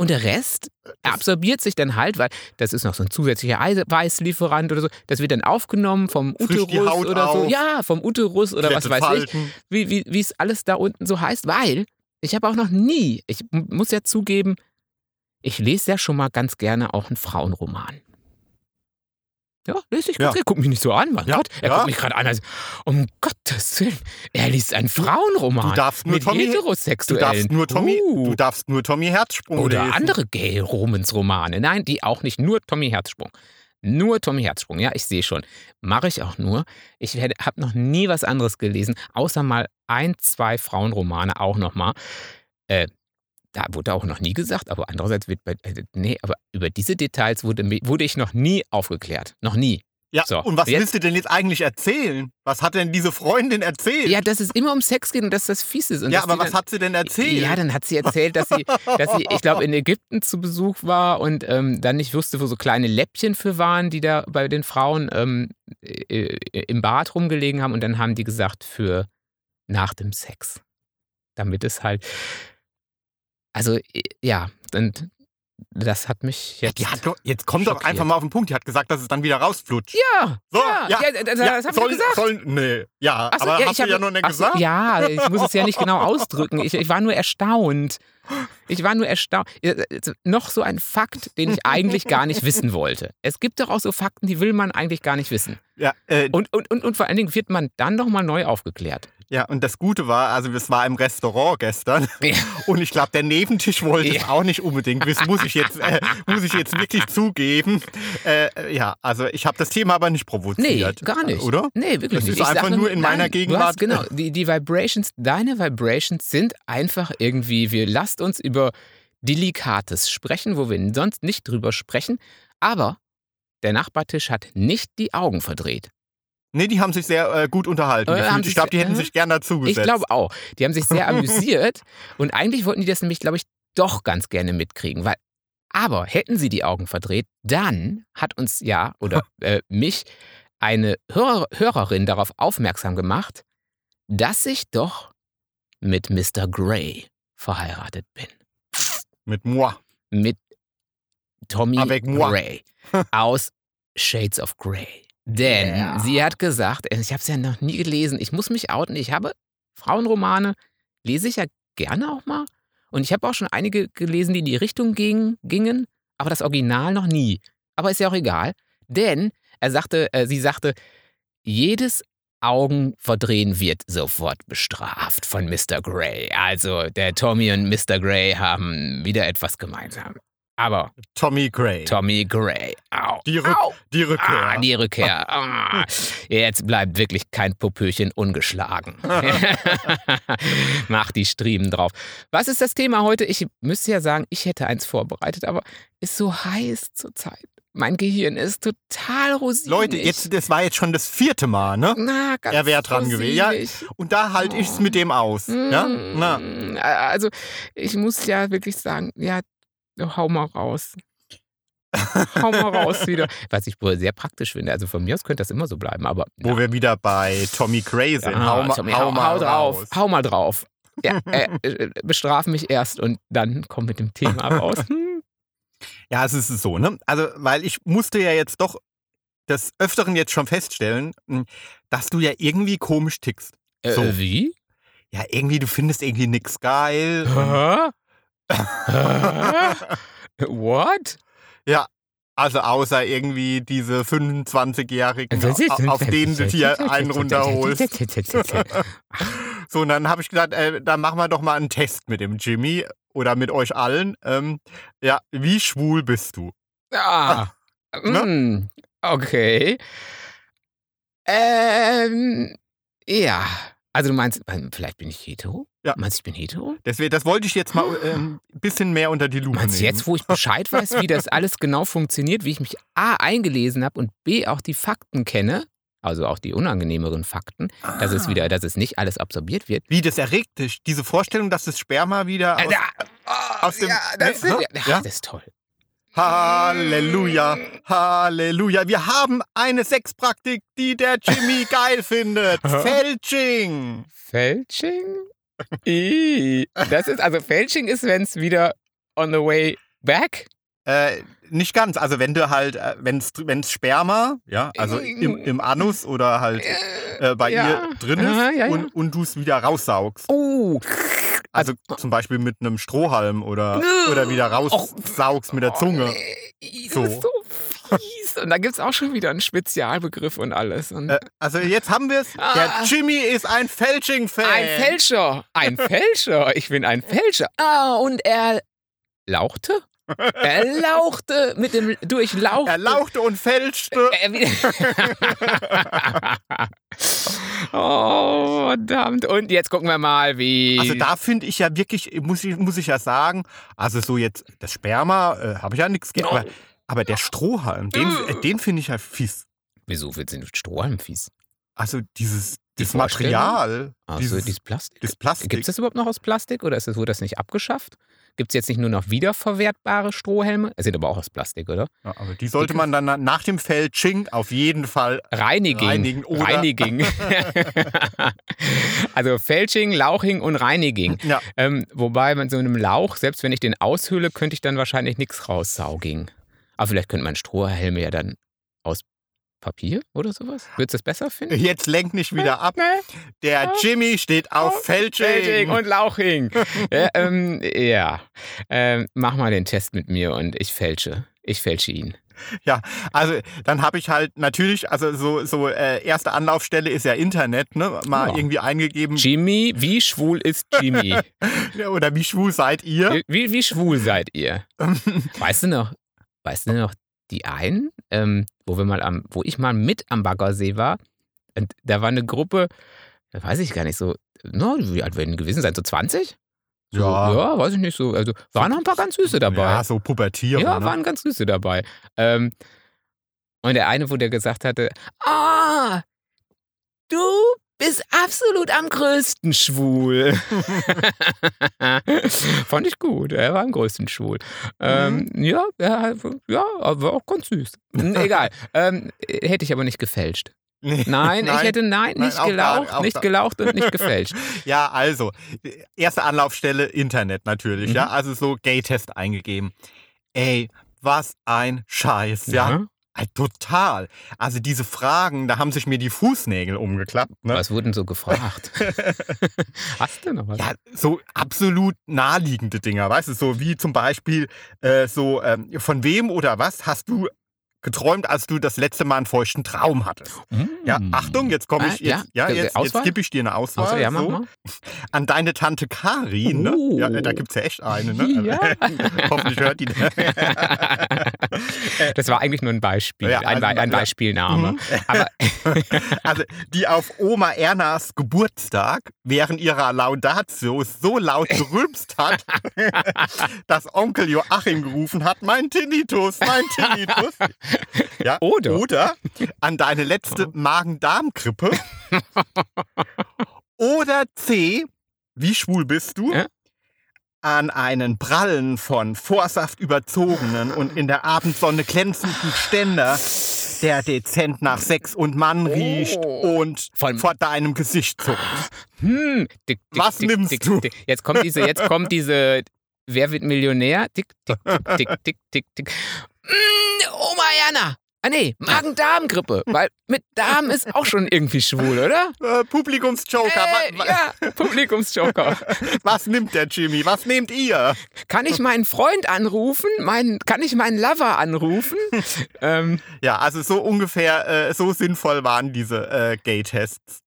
[SPEAKER 2] Und der Rest absorbiert sich dann halt, weil das ist noch so ein zusätzlicher Eise- Weißlieferant oder so. Das wird dann aufgenommen vom
[SPEAKER 1] Frischt die
[SPEAKER 2] Uterus
[SPEAKER 1] Haut
[SPEAKER 2] oder so.
[SPEAKER 1] auf.
[SPEAKER 2] Ja, vom Uterus oder was
[SPEAKER 1] Klettert
[SPEAKER 2] weiß ich
[SPEAKER 1] Falten.
[SPEAKER 2] wie, wie, wie es alles da unten so heißt, weil ich habe auch noch nie, ich m- muss ja zugeben, ich lese ja schon mal ganz gerne auch einen Frauenroman. Ja, lese ich ganz
[SPEAKER 1] Ja.
[SPEAKER 2] gerne. Guck mich nicht so an, mein
[SPEAKER 1] Ja,
[SPEAKER 2] Gott. Er
[SPEAKER 1] ja.
[SPEAKER 2] guckt mich gerade an, als, um Gottes Willen, er liest einen Frauenroman.
[SPEAKER 1] Du darfst nur
[SPEAKER 2] mit
[SPEAKER 1] Tommy. Du
[SPEAKER 2] Heterosexuellen.
[SPEAKER 1] darfst nur Tommy.
[SPEAKER 2] Uh.
[SPEAKER 1] Du darfst nur Tommy Herzsprung
[SPEAKER 2] Oder
[SPEAKER 1] lesen.
[SPEAKER 2] andere Gay-Romans-Romane. Nein, die auch nicht. Nur Tommy Herzsprung. Nur Tommy Herzsprung. Ja, ich sehe schon. Mache ich auch nur. Ich habe noch nie was anderes gelesen, außer mal ein, zwei Frauenromane auch nochmal. Äh, da wurde auch noch nie gesagt, aber andererseits wird bei. Äh, nee, aber über diese Details wurde, mi- wurde ich noch nie aufgeklärt. Noch nie.
[SPEAKER 1] Ja,
[SPEAKER 2] So,
[SPEAKER 1] und was
[SPEAKER 2] jetzt-
[SPEAKER 1] willst du denn jetzt eigentlich erzählen? Was hat denn diese Freundin erzählt?
[SPEAKER 2] Ja, dass es immer um Sex geht und dass das fies ist. Und
[SPEAKER 1] Ja,
[SPEAKER 2] dass
[SPEAKER 1] aber
[SPEAKER 2] die
[SPEAKER 1] was
[SPEAKER 2] dann-
[SPEAKER 1] hat sie denn erzählt?
[SPEAKER 2] Ja, dann hat sie erzählt, dass sie, dass sie ich glaube, in Ägypten zu Besuch war und ähm, dann nicht wusste, wo so kleine Läppchen für waren, die da bei den Frauen ähm, äh, äh, im Bad rumgelegen haben. Und dann haben die gesagt, für nach dem Sex. Damit es halt. Also, äh, ja, und das hat mich jetzt.
[SPEAKER 1] Die hat doch, jetzt kommt doch
[SPEAKER 2] Schockiert.
[SPEAKER 1] einfach mal auf den Punkt. Die hat gesagt, dass es dann wieder rausflutscht.
[SPEAKER 2] ja,
[SPEAKER 1] So,
[SPEAKER 2] ja,
[SPEAKER 1] ja,
[SPEAKER 2] ja, das, das hab
[SPEAKER 1] soll,
[SPEAKER 2] ich gesagt.
[SPEAKER 1] Soll, nee, ja,
[SPEAKER 2] Ach so,
[SPEAKER 1] aber
[SPEAKER 2] ja,
[SPEAKER 1] hast
[SPEAKER 2] ich
[SPEAKER 1] du ja
[SPEAKER 2] hab-
[SPEAKER 1] noch nicht
[SPEAKER 2] ach so,
[SPEAKER 1] gesagt.
[SPEAKER 2] Ja, ich muss es ja nicht genau ausdrücken. Ich, ich war nur erstaunt. Ich war nur erstaunt. Äh, äh, Noch so ein Fakt, den ich eigentlich gar nicht wissen wollte. Es gibt doch auch so Fakten, die will man eigentlich gar nicht wissen.
[SPEAKER 1] Ja, äh,
[SPEAKER 2] Und, und, und, und vor allen Dingen wird man dann nochmal neu aufgeklärt.
[SPEAKER 1] ja, und das Gute war, also es war im Restaurant gestern
[SPEAKER 2] Ja.
[SPEAKER 1] und ich glaube, der Nebentisch wollte es
[SPEAKER 2] Ja.
[SPEAKER 1] auch nicht unbedingt wissen, muss ich jetzt, äh, muss ich jetzt wirklich zugeben. Äh, ja, also ich habe das Thema aber nicht
[SPEAKER 2] Nee,
[SPEAKER 1] provoziert.
[SPEAKER 2] gar nicht.
[SPEAKER 1] Oder?
[SPEAKER 2] Nee, wirklich
[SPEAKER 1] Das
[SPEAKER 2] nicht.
[SPEAKER 1] ist
[SPEAKER 2] Ich sag
[SPEAKER 1] einfach nur in meiner
[SPEAKER 2] nein, Du
[SPEAKER 1] Gegenwart.
[SPEAKER 2] hast, genau, die, die Vibrations, deine Vibrations sind einfach irgendwie, wir lasst uns über Delikates sprechen, wo wir sonst nicht drüber sprechen, aber der Nachbartisch hat nicht die Augen verdreht.
[SPEAKER 1] Nee, die haben sich sehr äh, gut unterhalten.
[SPEAKER 2] Äh,
[SPEAKER 1] gefühlt.
[SPEAKER 2] haben
[SPEAKER 1] ich
[SPEAKER 2] sich-
[SPEAKER 1] glaube, die hätten
[SPEAKER 2] äh,
[SPEAKER 1] sich gern dazugesetzt.
[SPEAKER 2] Ich glaube auch. Die haben sich sehr amüsiert und eigentlich wollten die das nämlich, glaube ich, doch ganz gerne mitkriegen, weil aber hätten sie die Augen verdreht, dann hat uns ja oder äh, mich eine Hörer, Hörerin darauf aufmerksam gemacht, dass ich doch mit Mr. Grey verheiratet bin.
[SPEAKER 1] Mit moi.
[SPEAKER 2] Mit Tommy
[SPEAKER 1] Avec moi.
[SPEAKER 2] Grey aus Shades of Grey. Denn
[SPEAKER 1] Yeah.
[SPEAKER 2] sie hat gesagt, äh, ich habe es ja noch nie gelesen, ich muss mich outen, ich habe Frauenromane, lese ich ja gerne auch mal. Und ich habe auch schon einige gelesen, die in die Richtung ging, gingen, aber das Original noch nie. Aber ist ja auch egal, denn er sagte, äh, sie sagte, jedes Augenverdrehen wird sofort bestraft von Mr. Grey. Also der Tommy und Mr. Grey haben wieder etwas gemeinsam. Aber
[SPEAKER 1] Tommy Gray.
[SPEAKER 2] Tommy Gray. Au.
[SPEAKER 1] Die Rück-
[SPEAKER 2] Au.
[SPEAKER 1] die Rückkehr.
[SPEAKER 2] Ah, die Rückkehr. Ah, jetzt bleibt wirklich kein Popöchen ungeschlagen. Mach die Striemen drauf. Was ist das Thema heute? Ich müsste ja sagen, ich hätte eins vorbereitet, aber ist so heiß zurzeit. Mein Gehirn ist total rosig.
[SPEAKER 1] Leute, jetzt, das war jetzt schon das vierte Mal, ne?
[SPEAKER 2] Na, ganz
[SPEAKER 1] Er wär dran gewesen, ja.
[SPEAKER 2] rosinig.
[SPEAKER 1] Und da halte ich es mit dem aus. Ja?
[SPEAKER 2] Mm,
[SPEAKER 1] Na,
[SPEAKER 2] Also, ich muss ja wirklich sagen, ja, hau mal raus. hau mal raus wieder. Was ich wohl sehr praktisch finde. Also von mir aus könnte das immer so bleiben, aber.
[SPEAKER 1] wo wir wieder bei Tommy Gray sind.
[SPEAKER 2] Ja,
[SPEAKER 1] hau, ma,
[SPEAKER 2] Tommy,
[SPEAKER 1] hau, mal
[SPEAKER 2] drauf.
[SPEAKER 1] raus.
[SPEAKER 2] Hau mal drauf. Ja, äh, äh, bestraf mich erst und dann komm mit dem Thema raus. Hm.
[SPEAKER 1] Ja, es ist so, ne? Also, weil ich musste ja jetzt doch des Öfteren jetzt schon feststellen, mh, dass du ja irgendwie komisch tickst.
[SPEAKER 2] Äh,
[SPEAKER 1] So.
[SPEAKER 2] Wie?
[SPEAKER 1] Ja, irgendwie, du findest irgendwie nix geil.
[SPEAKER 2] Hä? Hä? What?
[SPEAKER 1] Also außer irgendwie diese 25-Jährigen, Genau, au- auf denen du dir einen runterholst. So, und dann habe ich gedacht, äh, dann machen wir doch mal einen Test mit dem Jimmy oder mit euch allen. Ähm, ja, wie schwul bist du?
[SPEAKER 2] Ah.
[SPEAKER 1] Ne?
[SPEAKER 2] mm, Okay. Ähm, ja. Also du meinst, ähm, vielleicht bin ich hetero?
[SPEAKER 1] Ja.
[SPEAKER 2] Meinst du, ich bin hetero?
[SPEAKER 1] Deswegen, das wollte ich jetzt mal äh, ein bisschen mehr unter die Lupe
[SPEAKER 2] Ah. Meinst du
[SPEAKER 1] nehmen.
[SPEAKER 2] jetzt, wo ich Bescheid weiß, wie das alles genau funktioniert, wie ich mich A eingelesen habe und B auch die Fakten kenne, also auch die unangenehmeren Fakten, dass es
[SPEAKER 1] Ah.
[SPEAKER 2] wieder, dass es nicht alles absorbiert wird?
[SPEAKER 1] Wie, das erregt dich. Diese Vorstellung, dass das Sperma wieder aus...
[SPEAKER 2] Äh, ah,
[SPEAKER 1] aus dem-
[SPEAKER 2] ja, das,
[SPEAKER 1] ne?
[SPEAKER 2] ist,
[SPEAKER 1] Ja?
[SPEAKER 2] ja, das ist toll.
[SPEAKER 1] Halleluja, Halleluja. Wir haben eine Sexpraktik, die der Jimmy geil findet.
[SPEAKER 2] Aha.
[SPEAKER 1] Fälsching.
[SPEAKER 2] Fälsching? Ih, das ist, also Fälsching ist, wenn es wieder on the way back.
[SPEAKER 1] Äh, nicht ganz. Also wenn du halt, äh, wenn's, wenn's Sperma, ja, also im, im Anus oder halt äh, bei
[SPEAKER 2] Ja.
[SPEAKER 1] ihr drin ist
[SPEAKER 2] Aha, ja, ja.
[SPEAKER 1] und, und du es wieder raussaugst.
[SPEAKER 2] Oh,
[SPEAKER 1] Also zum Beispiel mit einem Strohhalm oder, oder wieder raussaugst mit der Zunge.
[SPEAKER 2] Oh, Ih,
[SPEAKER 1] So.
[SPEAKER 2] Das ist so fies. Und da gibt es auch schon wieder einen Spezialbegriff und alles. Und
[SPEAKER 1] Äh, also jetzt haben wir es. Der
[SPEAKER 2] Ah.
[SPEAKER 1] Jimmy ist ein Fälsching-Fan.
[SPEAKER 2] ein Fälscher, ein Fälscher, ich bin ein Fälscher. Ah, und er lauchte? Er lauchte mit dem Durchlauchten.
[SPEAKER 1] Er lauchte und fälschte.
[SPEAKER 2] Er wieder- oh, verdammt. Und jetzt gucken wir mal, wie.
[SPEAKER 1] Also da finde ich ja wirklich, muss ich, muss ich ja sagen, also so jetzt das Sperma äh, habe ich ja nichts gegen. Aber, aber der Strohhalm, den, äh, den finde ich ja fies.
[SPEAKER 2] Wieso wird sie mit Strohhalm fies?
[SPEAKER 1] Also dieses,
[SPEAKER 2] Die
[SPEAKER 1] dieses
[SPEAKER 2] Vorstellung?
[SPEAKER 1] Material,
[SPEAKER 2] Also
[SPEAKER 1] dieses,
[SPEAKER 2] dieses, Plastik.
[SPEAKER 1] dieses Plastik.
[SPEAKER 2] Gibt es das überhaupt noch aus Plastik oder ist das, wurde das nicht abgeschafft? Gibt es jetzt nicht nur noch wiederverwertbare Strohhelme? Es sind aber auch aus Plastik, oder?
[SPEAKER 1] ja, aber die sollte man dann na- nach dem Fälsching auf jeden Fall.
[SPEAKER 2] Reinigen.
[SPEAKER 1] Reinigen oder-
[SPEAKER 2] Reinigen. also Fälsching, Lauching und Reinigen.
[SPEAKER 1] Ja,
[SPEAKER 2] Ähm, wobei mit so einem Lauch, selbst wenn ich den aushöhle, könnte ich dann wahrscheinlich nichts raussaugen. Aber vielleicht könnte man Strohhelme ja dann aus Papier oder sowas. Würdest du das besser finden?
[SPEAKER 1] jetzt lenk nicht wieder ab.
[SPEAKER 2] Nee.
[SPEAKER 1] Der Jimmy steht auf
[SPEAKER 2] Auf
[SPEAKER 1] Fälsching.
[SPEAKER 2] Fälsching und Lauching. ja, ähm, ja. Ähm, mach mal den Test mit mir und ich fälsche. Ich fälsche ihn.
[SPEAKER 1] Also dann habe ich halt natürlich, also so, so äh, erste Anlaufstelle ist ja Internet, ne? Mal
[SPEAKER 2] Ja.
[SPEAKER 1] irgendwie eingegeben.
[SPEAKER 2] Jimmy, wie schwul ist Jimmy?
[SPEAKER 1] Oder wie schwul seid ihr?
[SPEAKER 2] Wie, wie schwul seid ihr? Weißt du noch, weißt du noch die einen, ähm, wo wir mal am, wo ich mal mit am Baggersee war, und da war eine Gruppe, da weiß ich gar nicht so, na, wie alt werden die gewesen sein, so 20? So,
[SPEAKER 1] Ja.
[SPEAKER 2] ja, weiß ich nicht so. Also waren noch ein paar ganz süße dabei.
[SPEAKER 1] Ja, so pubertieren.
[SPEAKER 2] Ja,
[SPEAKER 1] ne?
[SPEAKER 2] waren ganz süße dabei. Ähm, und der eine, wo der gesagt hatte, ah, du bist absolut am größten schwul. Fand ich gut, er war am größten schwul. Ähm,
[SPEAKER 1] Mhm.
[SPEAKER 2] Ja, ja, ja, war auch ganz süß. Hm, Egal, ähm, hätte ich aber nicht gefälscht.
[SPEAKER 1] Nee.
[SPEAKER 2] Nein, ich hätte nein,
[SPEAKER 1] nein,
[SPEAKER 2] nicht
[SPEAKER 1] auch da-
[SPEAKER 2] gelaucht,
[SPEAKER 1] auch da-
[SPEAKER 2] nicht gelaucht und nicht gefälscht.
[SPEAKER 1] Ja, also, äh, erste Anlaufstelle Internet natürlich,
[SPEAKER 2] Mhm.
[SPEAKER 1] ja. Also so Gay-Test eingegeben. Ey, was ein Scheiß, ja. ne?
[SPEAKER 2] Mhm.
[SPEAKER 1] Ey, Total. Also diese Fragen, da haben sich mir die Fußnägel umgeklappt, ne?
[SPEAKER 2] Was wurden so gefragt? Hast du noch was?
[SPEAKER 1] Ja, so absolut naheliegende Dinger, weißt du, so wie zum Beispiel äh, so, ähm, von wem oder was hast du geträumt, als du das letzte Mal einen feuchten Traum hattest? Ja,
[SPEAKER 2] Mm.
[SPEAKER 1] Achtung, jetzt komme
[SPEAKER 2] Ah,
[SPEAKER 1] ich,
[SPEAKER 2] ja.
[SPEAKER 1] jetzt, ja,
[SPEAKER 2] Äh,
[SPEAKER 1] jetzt, jetzt
[SPEAKER 2] Auswahl?
[SPEAKER 1] gebe ich dir eine Auswahl.
[SPEAKER 2] Also, ja, mach
[SPEAKER 1] so.
[SPEAKER 2] mal.
[SPEAKER 1] an deine Tante Kari, ne?
[SPEAKER 2] Oh.
[SPEAKER 1] Ja, da gibt es ja echt eine, ne?
[SPEAKER 2] Ja.
[SPEAKER 1] Hoffentlich hört die. ne?
[SPEAKER 2] Das war eigentlich nur ein Beispiel,
[SPEAKER 1] Ja,
[SPEAKER 2] ein, Be-
[SPEAKER 1] also,
[SPEAKER 2] ein
[SPEAKER 1] ja.
[SPEAKER 2] Beispielname.
[SPEAKER 1] Mhm.
[SPEAKER 2] Aber
[SPEAKER 1] also, die auf Oma Ernas Geburtstag während ihrer Laudatio so laut gerülpst hat, dass Onkel Joachim gerufen hat: Mein Tinnitus, mein Tinnitus. Ja,
[SPEAKER 2] Oder-
[SPEAKER 1] oder an deine letzte Magen-Darm-Grippe. Oder C. Wie schwul bist du?
[SPEAKER 2] Ja.
[SPEAKER 1] An einen prallen, von Vorsaft überzogenen und in der Abendsonne glänzenden Ständer, der dezent nach Sex und Mann riecht und
[SPEAKER 2] Oh. Vor allem-
[SPEAKER 1] vor deinem Gesicht zuckt.
[SPEAKER 2] hm, dick, dick,
[SPEAKER 1] Was
[SPEAKER 2] dick,
[SPEAKER 1] nimmst
[SPEAKER 2] dick,
[SPEAKER 1] du?
[SPEAKER 2] Dick. Jetzt kommt diese, jetzt kommt diese. Wer wird Millionär? Dick, dick, dick, dick, dick, dick, dick. Mm, Oma Jana. Ah nee, Magen-Darm-Grippe. Weil mit Darm ist auch schon irgendwie schwul, oder?
[SPEAKER 1] Äh, Publikumsjoker,
[SPEAKER 2] Äh,
[SPEAKER 1] wa- wa-
[SPEAKER 2] Ah. ja, Publikumsjoker.
[SPEAKER 1] was nimmt der Jimmy? Was nehmt ihr?
[SPEAKER 2] Kann ich meinen Freund anrufen? Meinen, kann ich meinen Lover anrufen? ähm,
[SPEAKER 1] Ja, also so ungefähr, äh, so sinnvoll waren diese äh, Gay-Tests.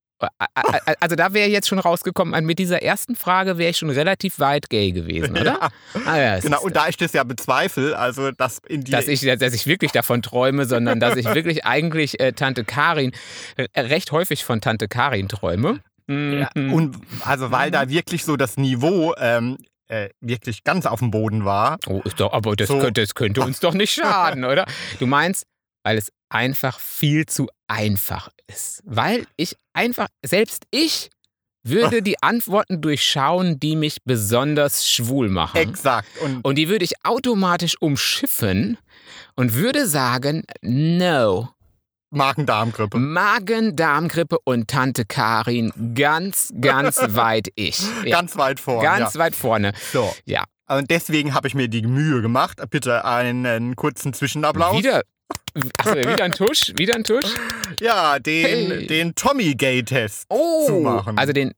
[SPEAKER 2] Also da wäre jetzt schon rausgekommen, an- mit dieser ersten Frage wäre ich schon relativ weit gay gewesen, oder?
[SPEAKER 1] Ja.
[SPEAKER 2] Ah, ja, es
[SPEAKER 1] Genau,
[SPEAKER 2] ist-
[SPEAKER 1] und da ich das ja bezweifle, also dass in die
[SPEAKER 2] dass ich, dass ich wirklich davon träume, sondern dass ich wirklich eigentlich äh, Tante Karin, äh, recht häufig von Tante Karin träume.
[SPEAKER 1] Ja,
[SPEAKER 2] Mhm.
[SPEAKER 1] und also weil da wirklich so das Niveau ähm, äh, wirklich ganz auf dem Boden war.
[SPEAKER 2] Oh, ist doch, aber das,
[SPEAKER 1] So.
[SPEAKER 2] könnte, das könnte uns doch nicht schaden, oder? Du meinst, weil es einfach viel zu einfach ist. Weil ich einfach, selbst ich würde die Antworten durchschauen, die mich besonders schwul machen.
[SPEAKER 1] Exakt. Und
[SPEAKER 2] Mhm. und die würde ich automatisch umschiffen und würde sagen, no,
[SPEAKER 1] Magen-Darm-Grippe.
[SPEAKER 2] Magen-Darm-Grippe und Tante Karin ganz, ganz weit ich. Ja,
[SPEAKER 1] Ganz weit vorne.
[SPEAKER 2] ganz
[SPEAKER 1] ja.
[SPEAKER 2] weit vorne.
[SPEAKER 1] So.
[SPEAKER 2] Ja.
[SPEAKER 1] Und deswegen habe ich mir die Mühe gemacht. Bitte einen kurzen Zwischenapplaus.
[SPEAKER 2] Wieder, achso, wieder ein Tusch, wieder ein Tusch.
[SPEAKER 1] Ja, den,
[SPEAKER 2] Hey.
[SPEAKER 1] den Tommy-Gay-Test.
[SPEAKER 2] oh,
[SPEAKER 1] zu machen.
[SPEAKER 2] Also den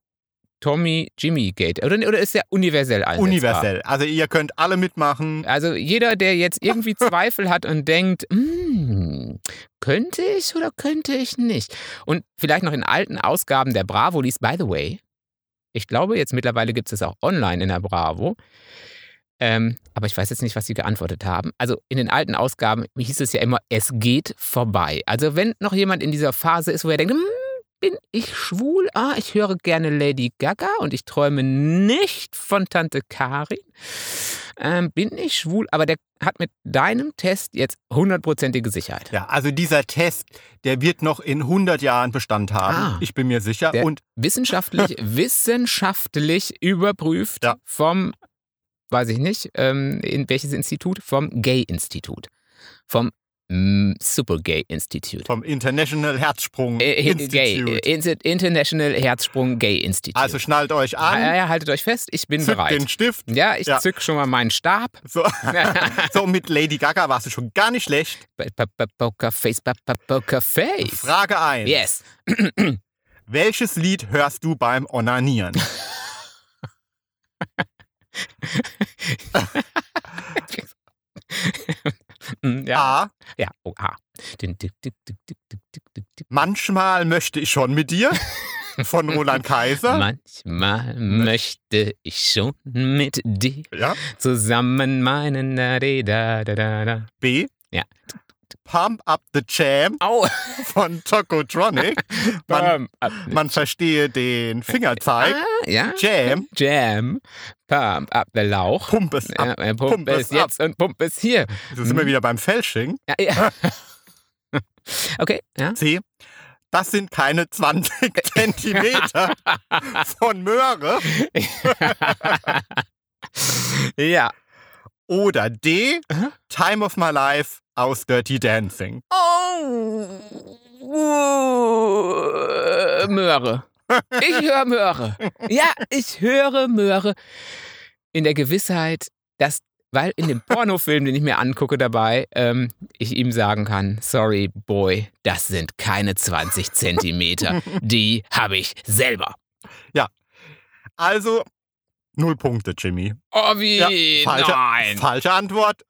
[SPEAKER 2] Tommy Jimmy Gate. Oder, oder ist der universell einsetzbar?
[SPEAKER 1] Universell. Also ihr könnt alle mitmachen.
[SPEAKER 2] Also jeder, der jetzt irgendwie Zweifel hat und denkt, "Hm, könnte ich oder könnte ich nicht? Und vielleicht noch in alten Ausgaben der Bravo liest, by the way, ich glaube, jetzt mittlerweile gibt es es auch online in der Bravo. Ähm, aber ich weiß jetzt nicht, was sie geantwortet haben. Also in den alten Ausgaben hieß es ja immer, es geht vorbei. Also wenn noch jemand in dieser Phase ist, wo er denkt, "Hm, bin ich schwul? Ah, ich höre gerne Lady Gaga und ich träume nicht von Tante Karin. Ähm, bin ich schwul? Aber der hat mit deinem Test jetzt hundertprozentige Sicherheit.
[SPEAKER 1] Ja, also dieser Test, der wird noch in 100 Jahren Bestand haben.
[SPEAKER 2] Ah.
[SPEAKER 1] ich bin mir sicher.
[SPEAKER 2] Der-
[SPEAKER 1] Und
[SPEAKER 2] Wissenschaftlich, wissenschaftlich überprüft
[SPEAKER 1] Ja.
[SPEAKER 2] vom, weiß ich nicht, ähm, in welches Institut? Vom Gay-Institut. Vom mm, Super-Gay-Institut.
[SPEAKER 1] vom International Herzsprung
[SPEAKER 2] Äh,
[SPEAKER 1] Institute.
[SPEAKER 2] Gay, äh, Inter- International Herzsprung Gay Institute.
[SPEAKER 1] Also schnallt euch
[SPEAKER 2] Ah, ja,
[SPEAKER 1] an,
[SPEAKER 2] ja, haltet euch fest, ich bin
[SPEAKER 1] zückt
[SPEAKER 2] bereit.
[SPEAKER 1] den Stift.
[SPEAKER 2] Ja, ich
[SPEAKER 1] Ja.
[SPEAKER 2] zück schon mal meinen Stab.
[SPEAKER 1] So. so, mit Lady Gaga warst du schon gar nicht schlecht.
[SPEAKER 2] Ba- ba- ba- Pokerface, ba- ba- Pokerface.
[SPEAKER 1] Frage 1.
[SPEAKER 2] Yes.
[SPEAKER 1] Welches Lied hörst du beim Onanieren?
[SPEAKER 2] Mm, ja.
[SPEAKER 1] A.
[SPEAKER 2] Ja. Oh, ah. Dün, dück, dück, dück, dück, dück, dück, dück, dück.
[SPEAKER 1] Manchmal möchte ich schon mit dir. Von Roland Kaiser.
[SPEAKER 2] Manchmal
[SPEAKER 1] Ne?
[SPEAKER 2] möchte ich schon mit dir
[SPEAKER 1] ja.
[SPEAKER 2] zusammen meinen da, di, da, da, da, da.
[SPEAKER 1] B.
[SPEAKER 2] Ja.
[SPEAKER 1] Pump Up the Jam
[SPEAKER 2] Au!
[SPEAKER 1] von Tokotronic. Man,
[SPEAKER 2] Bam. Ab.
[SPEAKER 1] man verstehe den Fingerzeig.
[SPEAKER 2] Ah, ja.
[SPEAKER 1] Jam.
[SPEAKER 2] Jam. Pump ab der Lauch.
[SPEAKER 1] Pump es ab.
[SPEAKER 2] Ja, Mhm. äh, pump,
[SPEAKER 1] Pump es
[SPEAKER 2] es
[SPEAKER 1] ab.
[SPEAKER 2] jetzt und pump es hier.
[SPEAKER 1] Da sind wir wieder beim Fälsching.
[SPEAKER 2] Ja, ja. Okay, ja.
[SPEAKER 1] C. Das sind keine 20 Zentimeter von Möhre.
[SPEAKER 2] ja.
[SPEAKER 1] Oder D.
[SPEAKER 2] Aha.
[SPEAKER 1] Time of My Life aus Dirty Dancing.
[SPEAKER 2] Oh, Möhre. Ich höre Möhre. Ja, ich höre Möhre. In der Gewissheit, dass, weil in dem Pornofilm, den ich mir angucke dabei, ähm, ich ihm sagen kann, sorry, Boy, das sind keine 20 Zentimeter. Die habe ich selber.
[SPEAKER 1] Also, null Punkte, Jimmy.
[SPEAKER 2] Oh, wie?
[SPEAKER 1] Ja, falsche,
[SPEAKER 2] Nein.
[SPEAKER 1] falsche Antwort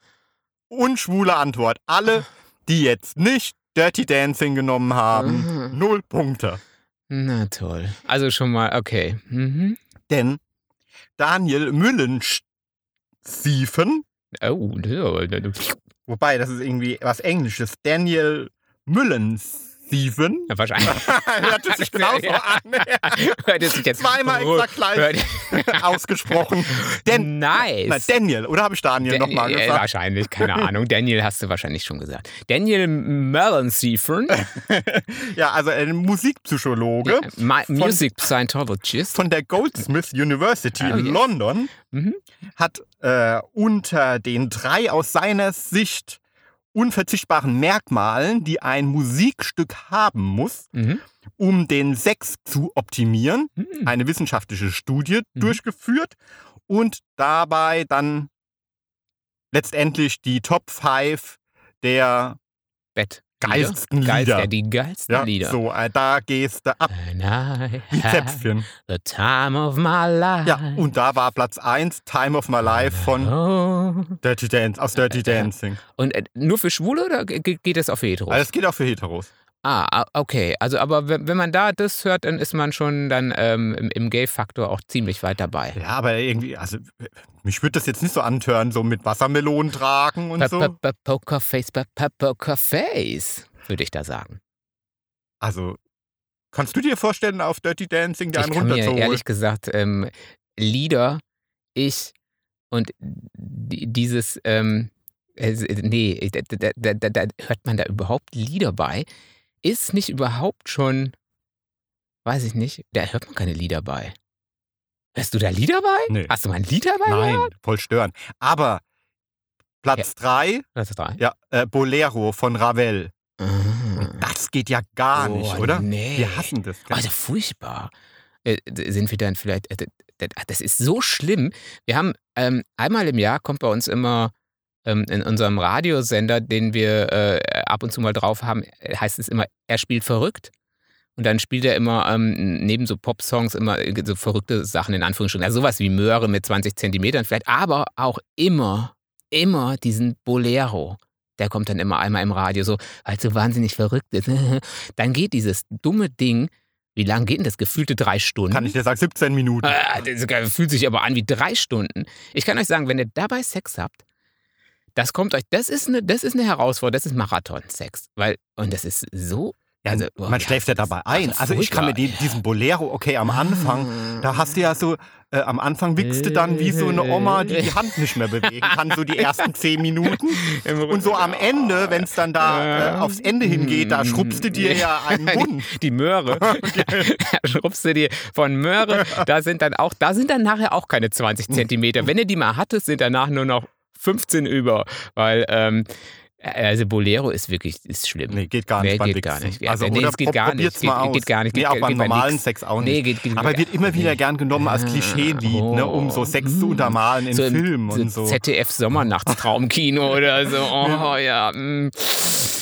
[SPEAKER 1] und schwule Antwort.
[SPEAKER 2] Ah.
[SPEAKER 1] Alle, die jetzt nicht Dirty Dancing genommen haben,
[SPEAKER 2] Mhm.
[SPEAKER 1] null Punkte.
[SPEAKER 2] Na toll. Also schon mal, okay. Mhm.
[SPEAKER 1] Denn Daniel Müllenstiefen,
[SPEAKER 2] Oh,
[SPEAKER 1] wobei das ist irgendwie was Englisches, Daniel Müllenstiefen,
[SPEAKER 2] ja, wahrscheinlich.
[SPEAKER 1] hört es sich genauso
[SPEAKER 2] Ja.
[SPEAKER 1] an.
[SPEAKER 2] Hört es sich jetzt
[SPEAKER 1] Zweimal
[SPEAKER 2] rück-
[SPEAKER 1] exakt gleich
[SPEAKER 2] Hört,
[SPEAKER 1] ausgesprochen. Dan
[SPEAKER 2] nice.
[SPEAKER 1] Na, Daniel, oder habe ich Daniel
[SPEAKER 2] Dan-
[SPEAKER 1] nochmal
[SPEAKER 2] äh,
[SPEAKER 1] gesagt?
[SPEAKER 2] Wahrscheinlich, keine Ahnung. Daniel hast du wahrscheinlich schon gesagt. Daniel Mellensiefern,
[SPEAKER 1] Äh, Ja, also ein Musikpsychologe
[SPEAKER 2] äh, Music Scientologist.
[SPEAKER 1] von der Goldsmith University
[SPEAKER 2] Ah,
[SPEAKER 1] in
[SPEAKER 2] yes.
[SPEAKER 1] London
[SPEAKER 2] Mhm.
[SPEAKER 1] hat äh, unter den drei aus seiner Sicht unverzichtbaren Merkmalen, die ein Musikstück haben muss,
[SPEAKER 2] Mhm.
[SPEAKER 1] um den Sex zu optimieren,
[SPEAKER 2] Mhm.
[SPEAKER 1] eine wissenschaftliche Studie
[SPEAKER 2] Mhm.
[SPEAKER 1] durchgeführt und dabei dann letztendlich die Top 5 der
[SPEAKER 2] Bett.
[SPEAKER 1] geilsten Lieder.
[SPEAKER 2] Geilste, die geilsten
[SPEAKER 1] Ja,
[SPEAKER 2] Lieder.
[SPEAKER 1] so, äh, da gehst du ab
[SPEAKER 2] And I
[SPEAKER 1] wie
[SPEAKER 2] have
[SPEAKER 1] Zäpfchen.
[SPEAKER 2] the time of my life.
[SPEAKER 1] Ja, und da war Platz 1 Time of My Life von
[SPEAKER 2] Oh.
[SPEAKER 1] Dirty Dance, aus Dirty
[SPEAKER 2] Ja.
[SPEAKER 1] Dancing.
[SPEAKER 2] Und äh, nur für Schwule oder ge- ge- geht das auf Hetero?
[SPEAKER 1] Also das geht auch für Heteros.
[SPEAKER 2] Ah, okay. Also, aber wenn wenn man da das hört, dann ist man schon dann ähm, im, im Gay-Faktor auch ziemlich weit dabei.
[SPEAKER 1] Ja, aber irgendwie, also mich würde das jetzt nicht so antören, so mit Wassermelonen tragen und
[SPEAKER 2] Pa- pa-
[SPEAKER 1] so.
[SPEAKER 2] pa- Pokerface, pa- pa- Pokerface, würde ich da sagen.
[SPEAKER 1] Also, kannst du dir vorstellen, auf Dirty Dancing dir
[SPEAKER 2] ich
[SPEAKER 1] einen
[SPEAKER 2] kann mir
[SPEAKER 1] runterzuholen?
[SPEAKER 2] ehrlich gesagt ähm, Lieder, ich und die- dieses, ähm, es- nee, äh, da, da, da, da, da hört man da überhaupt Lieder bei? Ist nicht überhaupt schon, weiß ich nicht, da hört man keine Lieder bei. Hörst du da Lieder bei?
[SPEAKER 1] Nee.
[SPEAKER 2] Hast du mal ein Lied dabei?
[SPEAKER 1] Nein, voll stören. Aber Platz 3,
[SPEAKER 2] Das ist drei.
[SPEAKER 1] ja, äh, Bolero von Ravel.
[SPEAKER 2] Ah.
[SPEAKER 1] Das geht ja gar
[SPEAKER 2] Oh,
[SPEAKER 1] nicht, oder?
[SPEAKER 2] Nee.
[SPEAKER 1] Wir hassen das.
[SPEAKER 2] Oh, ist ja furchtbar. Äh, d- sind wir dann vielleicht. äh, d- d- ah, Das ist so schlimm. Wir haben ähm, einmal im Jahr kommt bei uns immer ähm, in unserem Radiosender, den wir äh, ab und zu mal drauf haben, äh, heißt es immer, er spielt verrückt. Und dann spielt er immer ähm, neben so Pop-Songs immer äh, so verrückte Sachen in Anführungsstrichen. Also sowas wie Möhre mit 20 Zentimetern vielleicht, aber auch immer, immer diesen Bolero. Der kommt dann immer einmal im Radio, so, weil es so wahnsinnig verrückt ist. Dann geht dieses dumme Ding, wie lang geht denn das? Gefühlte drei Stunden?
[SPEAKER 1] Kann ich dir sagen, 17 Minuten.
[SPEAKER 2] Ah, Das fühlt sich aber an wie drei Stunden. Ich kann euch sagen, wenn ihr dabei Sex habt, das kommt euch, das ist eine, das ist eine Herausforderung, das ist Marathon-Sex. Weil, und das ist so.
[SPEAKER 1] Ja,
[SPEAKER 2] also, oh,
[SPEAKER 1] man
[SPEAKER 2] ja,
[SPEAKER 1] schläft ja
[SPEAKER 2] das-
[SPEAKER 1] dabei ein.
[SPEAKER 2] also
[SPEAKER 1] Also ich kann mir
[SPEAKER 2] furchtbar,
[SPEAKER 1] den, diesen Bolero, okay, am Anfang, da hast du ja so, äh, am Anfang wickst du dann wie so eine Oma, die die Hand nicht mehr bewegen kann, so die ersten 10 Minuten. Und so am Ende, wenn es dann da äh,
[SPEAKER 2] Ja.
[SPEAKER 1] aufs Ende hingeht, da schrubbst du dir ja einen Mund.
[SPEAKER 2] Die Möhre. Schrubbst du dir von Möhre. Da sind dann auch, da sind dann nachher auch keine 20 Zentimeter. Wenn du die mal hattest, sind danach nur noch 15 über. Weil, ähm, also Bolero ist wirklich, ist schlimm.
[SPEAKER 1] Nee, geht gar nicht.
[SPEAKER 2] Nee,
[SPEAKER 1] beim
[SPEAKER 2] geht
[SPEAKER 1] Wichsen.
[SPEAKER 2] gar nicht. Ja,
[SPEAKER 1] Also,
[SPEAKER 2] nee, nee,
[SPEAKER 1] oder
[SPEAKER 2] es geht gar nicht.
[SPEAKER 1] probiert's
[SPEAKER 2] Geht-
[SPEAKER 1] mal aus.
[SPEAKER 2] geht gar nicht.
[SPEAKER 1] Nee,
[SPEAKER 2] Geht-
[SPEAKER 1] auch
[SPEAKER 2] geht
[SPEAKER 1] beim
[SPEAKER 2] bei
[SPEAKER 1] normalen
[SPEAKER 2] nix.
[SPEAKER 1] Sex auch
[SPEAKER 2] Nee,
[SPEAKER 1] nicht.
[SPEAKER 2] geht, geht
[SPEAKER 1] Aber wird immer wieder
[SPEAKER 2] Nee.
[SPEAKER 1] gern genommen als
[SPEAKER 2] Ah,
[SPEAKER 1] Klischee-Lied, ne, um so Sex zu
[SPEAKER 2] oh,
[SPEAKER 1] untermalen in
[SPEAKER 2] so im
[SPEAKER 1] Filmen und so.
[SPEAKER 2] ZDF-Sommernachtstraumkino oder so. Oh ja. mm.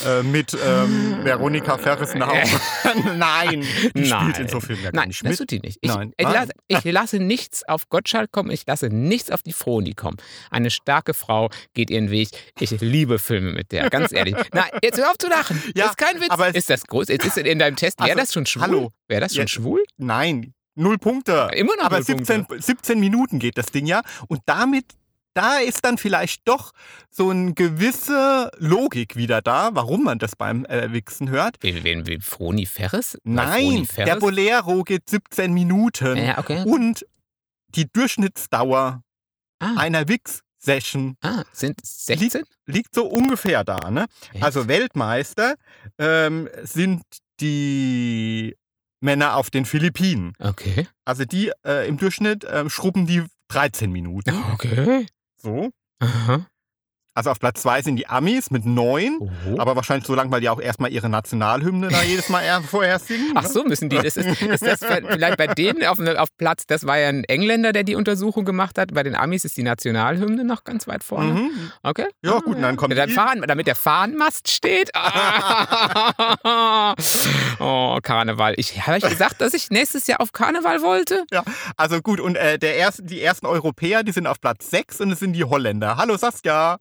[SPEAKER 1] Äh, mit ähm, Veronika Ferris Nein, die
[SPEAKER 2] Nein.
[SPEAKER 1] spielt in so Filmen ja gar
[SPEAKER 2] Nein,
[SPEAKER 1] nicht
[SPEAKER 2] das
[SPEAKER 1] mit.
[SPEAKER 2] tut die nicht. Ich,
[SPEAKER 1] Nein.
[SPEAKER 2] ich,
[SPEAKER 1] Nein.
[SPEAKER 2] lasse, ich lasse nichts auf Gottschalk kommen, ich lasse nichts auf die Froni kommen. Eine starke Frau geht ihren Weg. Ich liebe Filme mit der, ganz ehrlich. Nein, jetzt hör auf zu lachen.
[SPEAKER 1] Ja,
[SPEAKER 2] ist kein Witz.
[SPEAKER 1] aber es-
[SPEAKER 2] ist das groß? Jetzt ist in deinem Test, wäre
[SPEAKER 1] Also,
[SPEAKER 2] das schon schwul?
[SPEAKER 1] hallo.
[SPEAKER 2] Wäre das schon
[SPEAKER 1] Jetzt-
[SPEAKER 2] schwul?
[SPEAKER 1] Nein, null Punkte.
[SPEAKER 2] Immer noch
[SPEAKER 1] Aber
[SPEAKER 2] null Punkte.
[SPEAKER 1] 17, 17 Minuten geht das Ding ja. Und damit, da ist dann vielleicht doch so eine gewisse Logik wieder da, warum man das beim äh, Wichsen hört.
[SPEAKER 2] Wen, wen, wen, Froni Ferris? Weil Froni
[SPEAKER 1] Nein,
[SPEAKER 2] Ferris?
[SPEAKER 1] der Bolero geht 17 Minuten.
[SPEAKER 2] Ja, okay.
[SPEAKER 1] Und die Durchschnittsdauer
[SPEAKER 2] Ah,
[SPEAKER 1] einer Wix-Session
[SPEAKER 2] ah, sind 16?
[SPEAKER 1] liegt so ungefähr da. Ne?
[SPEAKER 2] Echt?
[SPEAKER 1] Also Weltmeister ähm, sind die Männer auf den Philippinen.
[SPEAKER 2] Okay.
[SPEAKER 1] Also die äh, im Durchschnitt äh, schrubben die 13 Minuten.
[SPEAKER 2] Okay.
[SPEAKER 1] So.
[SPEAKER 2] Aha.
[SPEAKER 1] Also auf Platz 2 sind die Amis mit 9.
[SPEAKER 2] Oho.
[SPEAKER 1] Aber wahrscheinlich so lang, weil die auch erstmal ihre Nationalhymne da jedes Mal eher vorher singen.
[SPEAKER 2] Ach
[SPEAKER 1] ne?
[SPEAKER 2] so, müssen die. Das ist, ist das vielleicht bei denen auf, ne, auf Platz, das war ja ein Engländer, der die Untersuchung gemacht hat. Bei den Amis ist die Nationalhymne noch ganz weit vorne.
[SPEAKER 1] Mhm.
[SPEAKER 2] Okay.
[SPEAKER 1] Ja, gut, und dann kommt
[SPEAKER 2] der
[SPEAKER 1] die-
[SPEAKER 2] Fahnen, Damit der Fahnenmast steht. Ah. oh, Karneval. Ich habe euch gesagt, dass ich nächstes Jahr auf Karneval wollte.
[SPEAKER 1] Also gut, und äh, der erste, die ersten Europäer, die sind auf Platz 6 und es sind die Holländer. Hallo Saskia.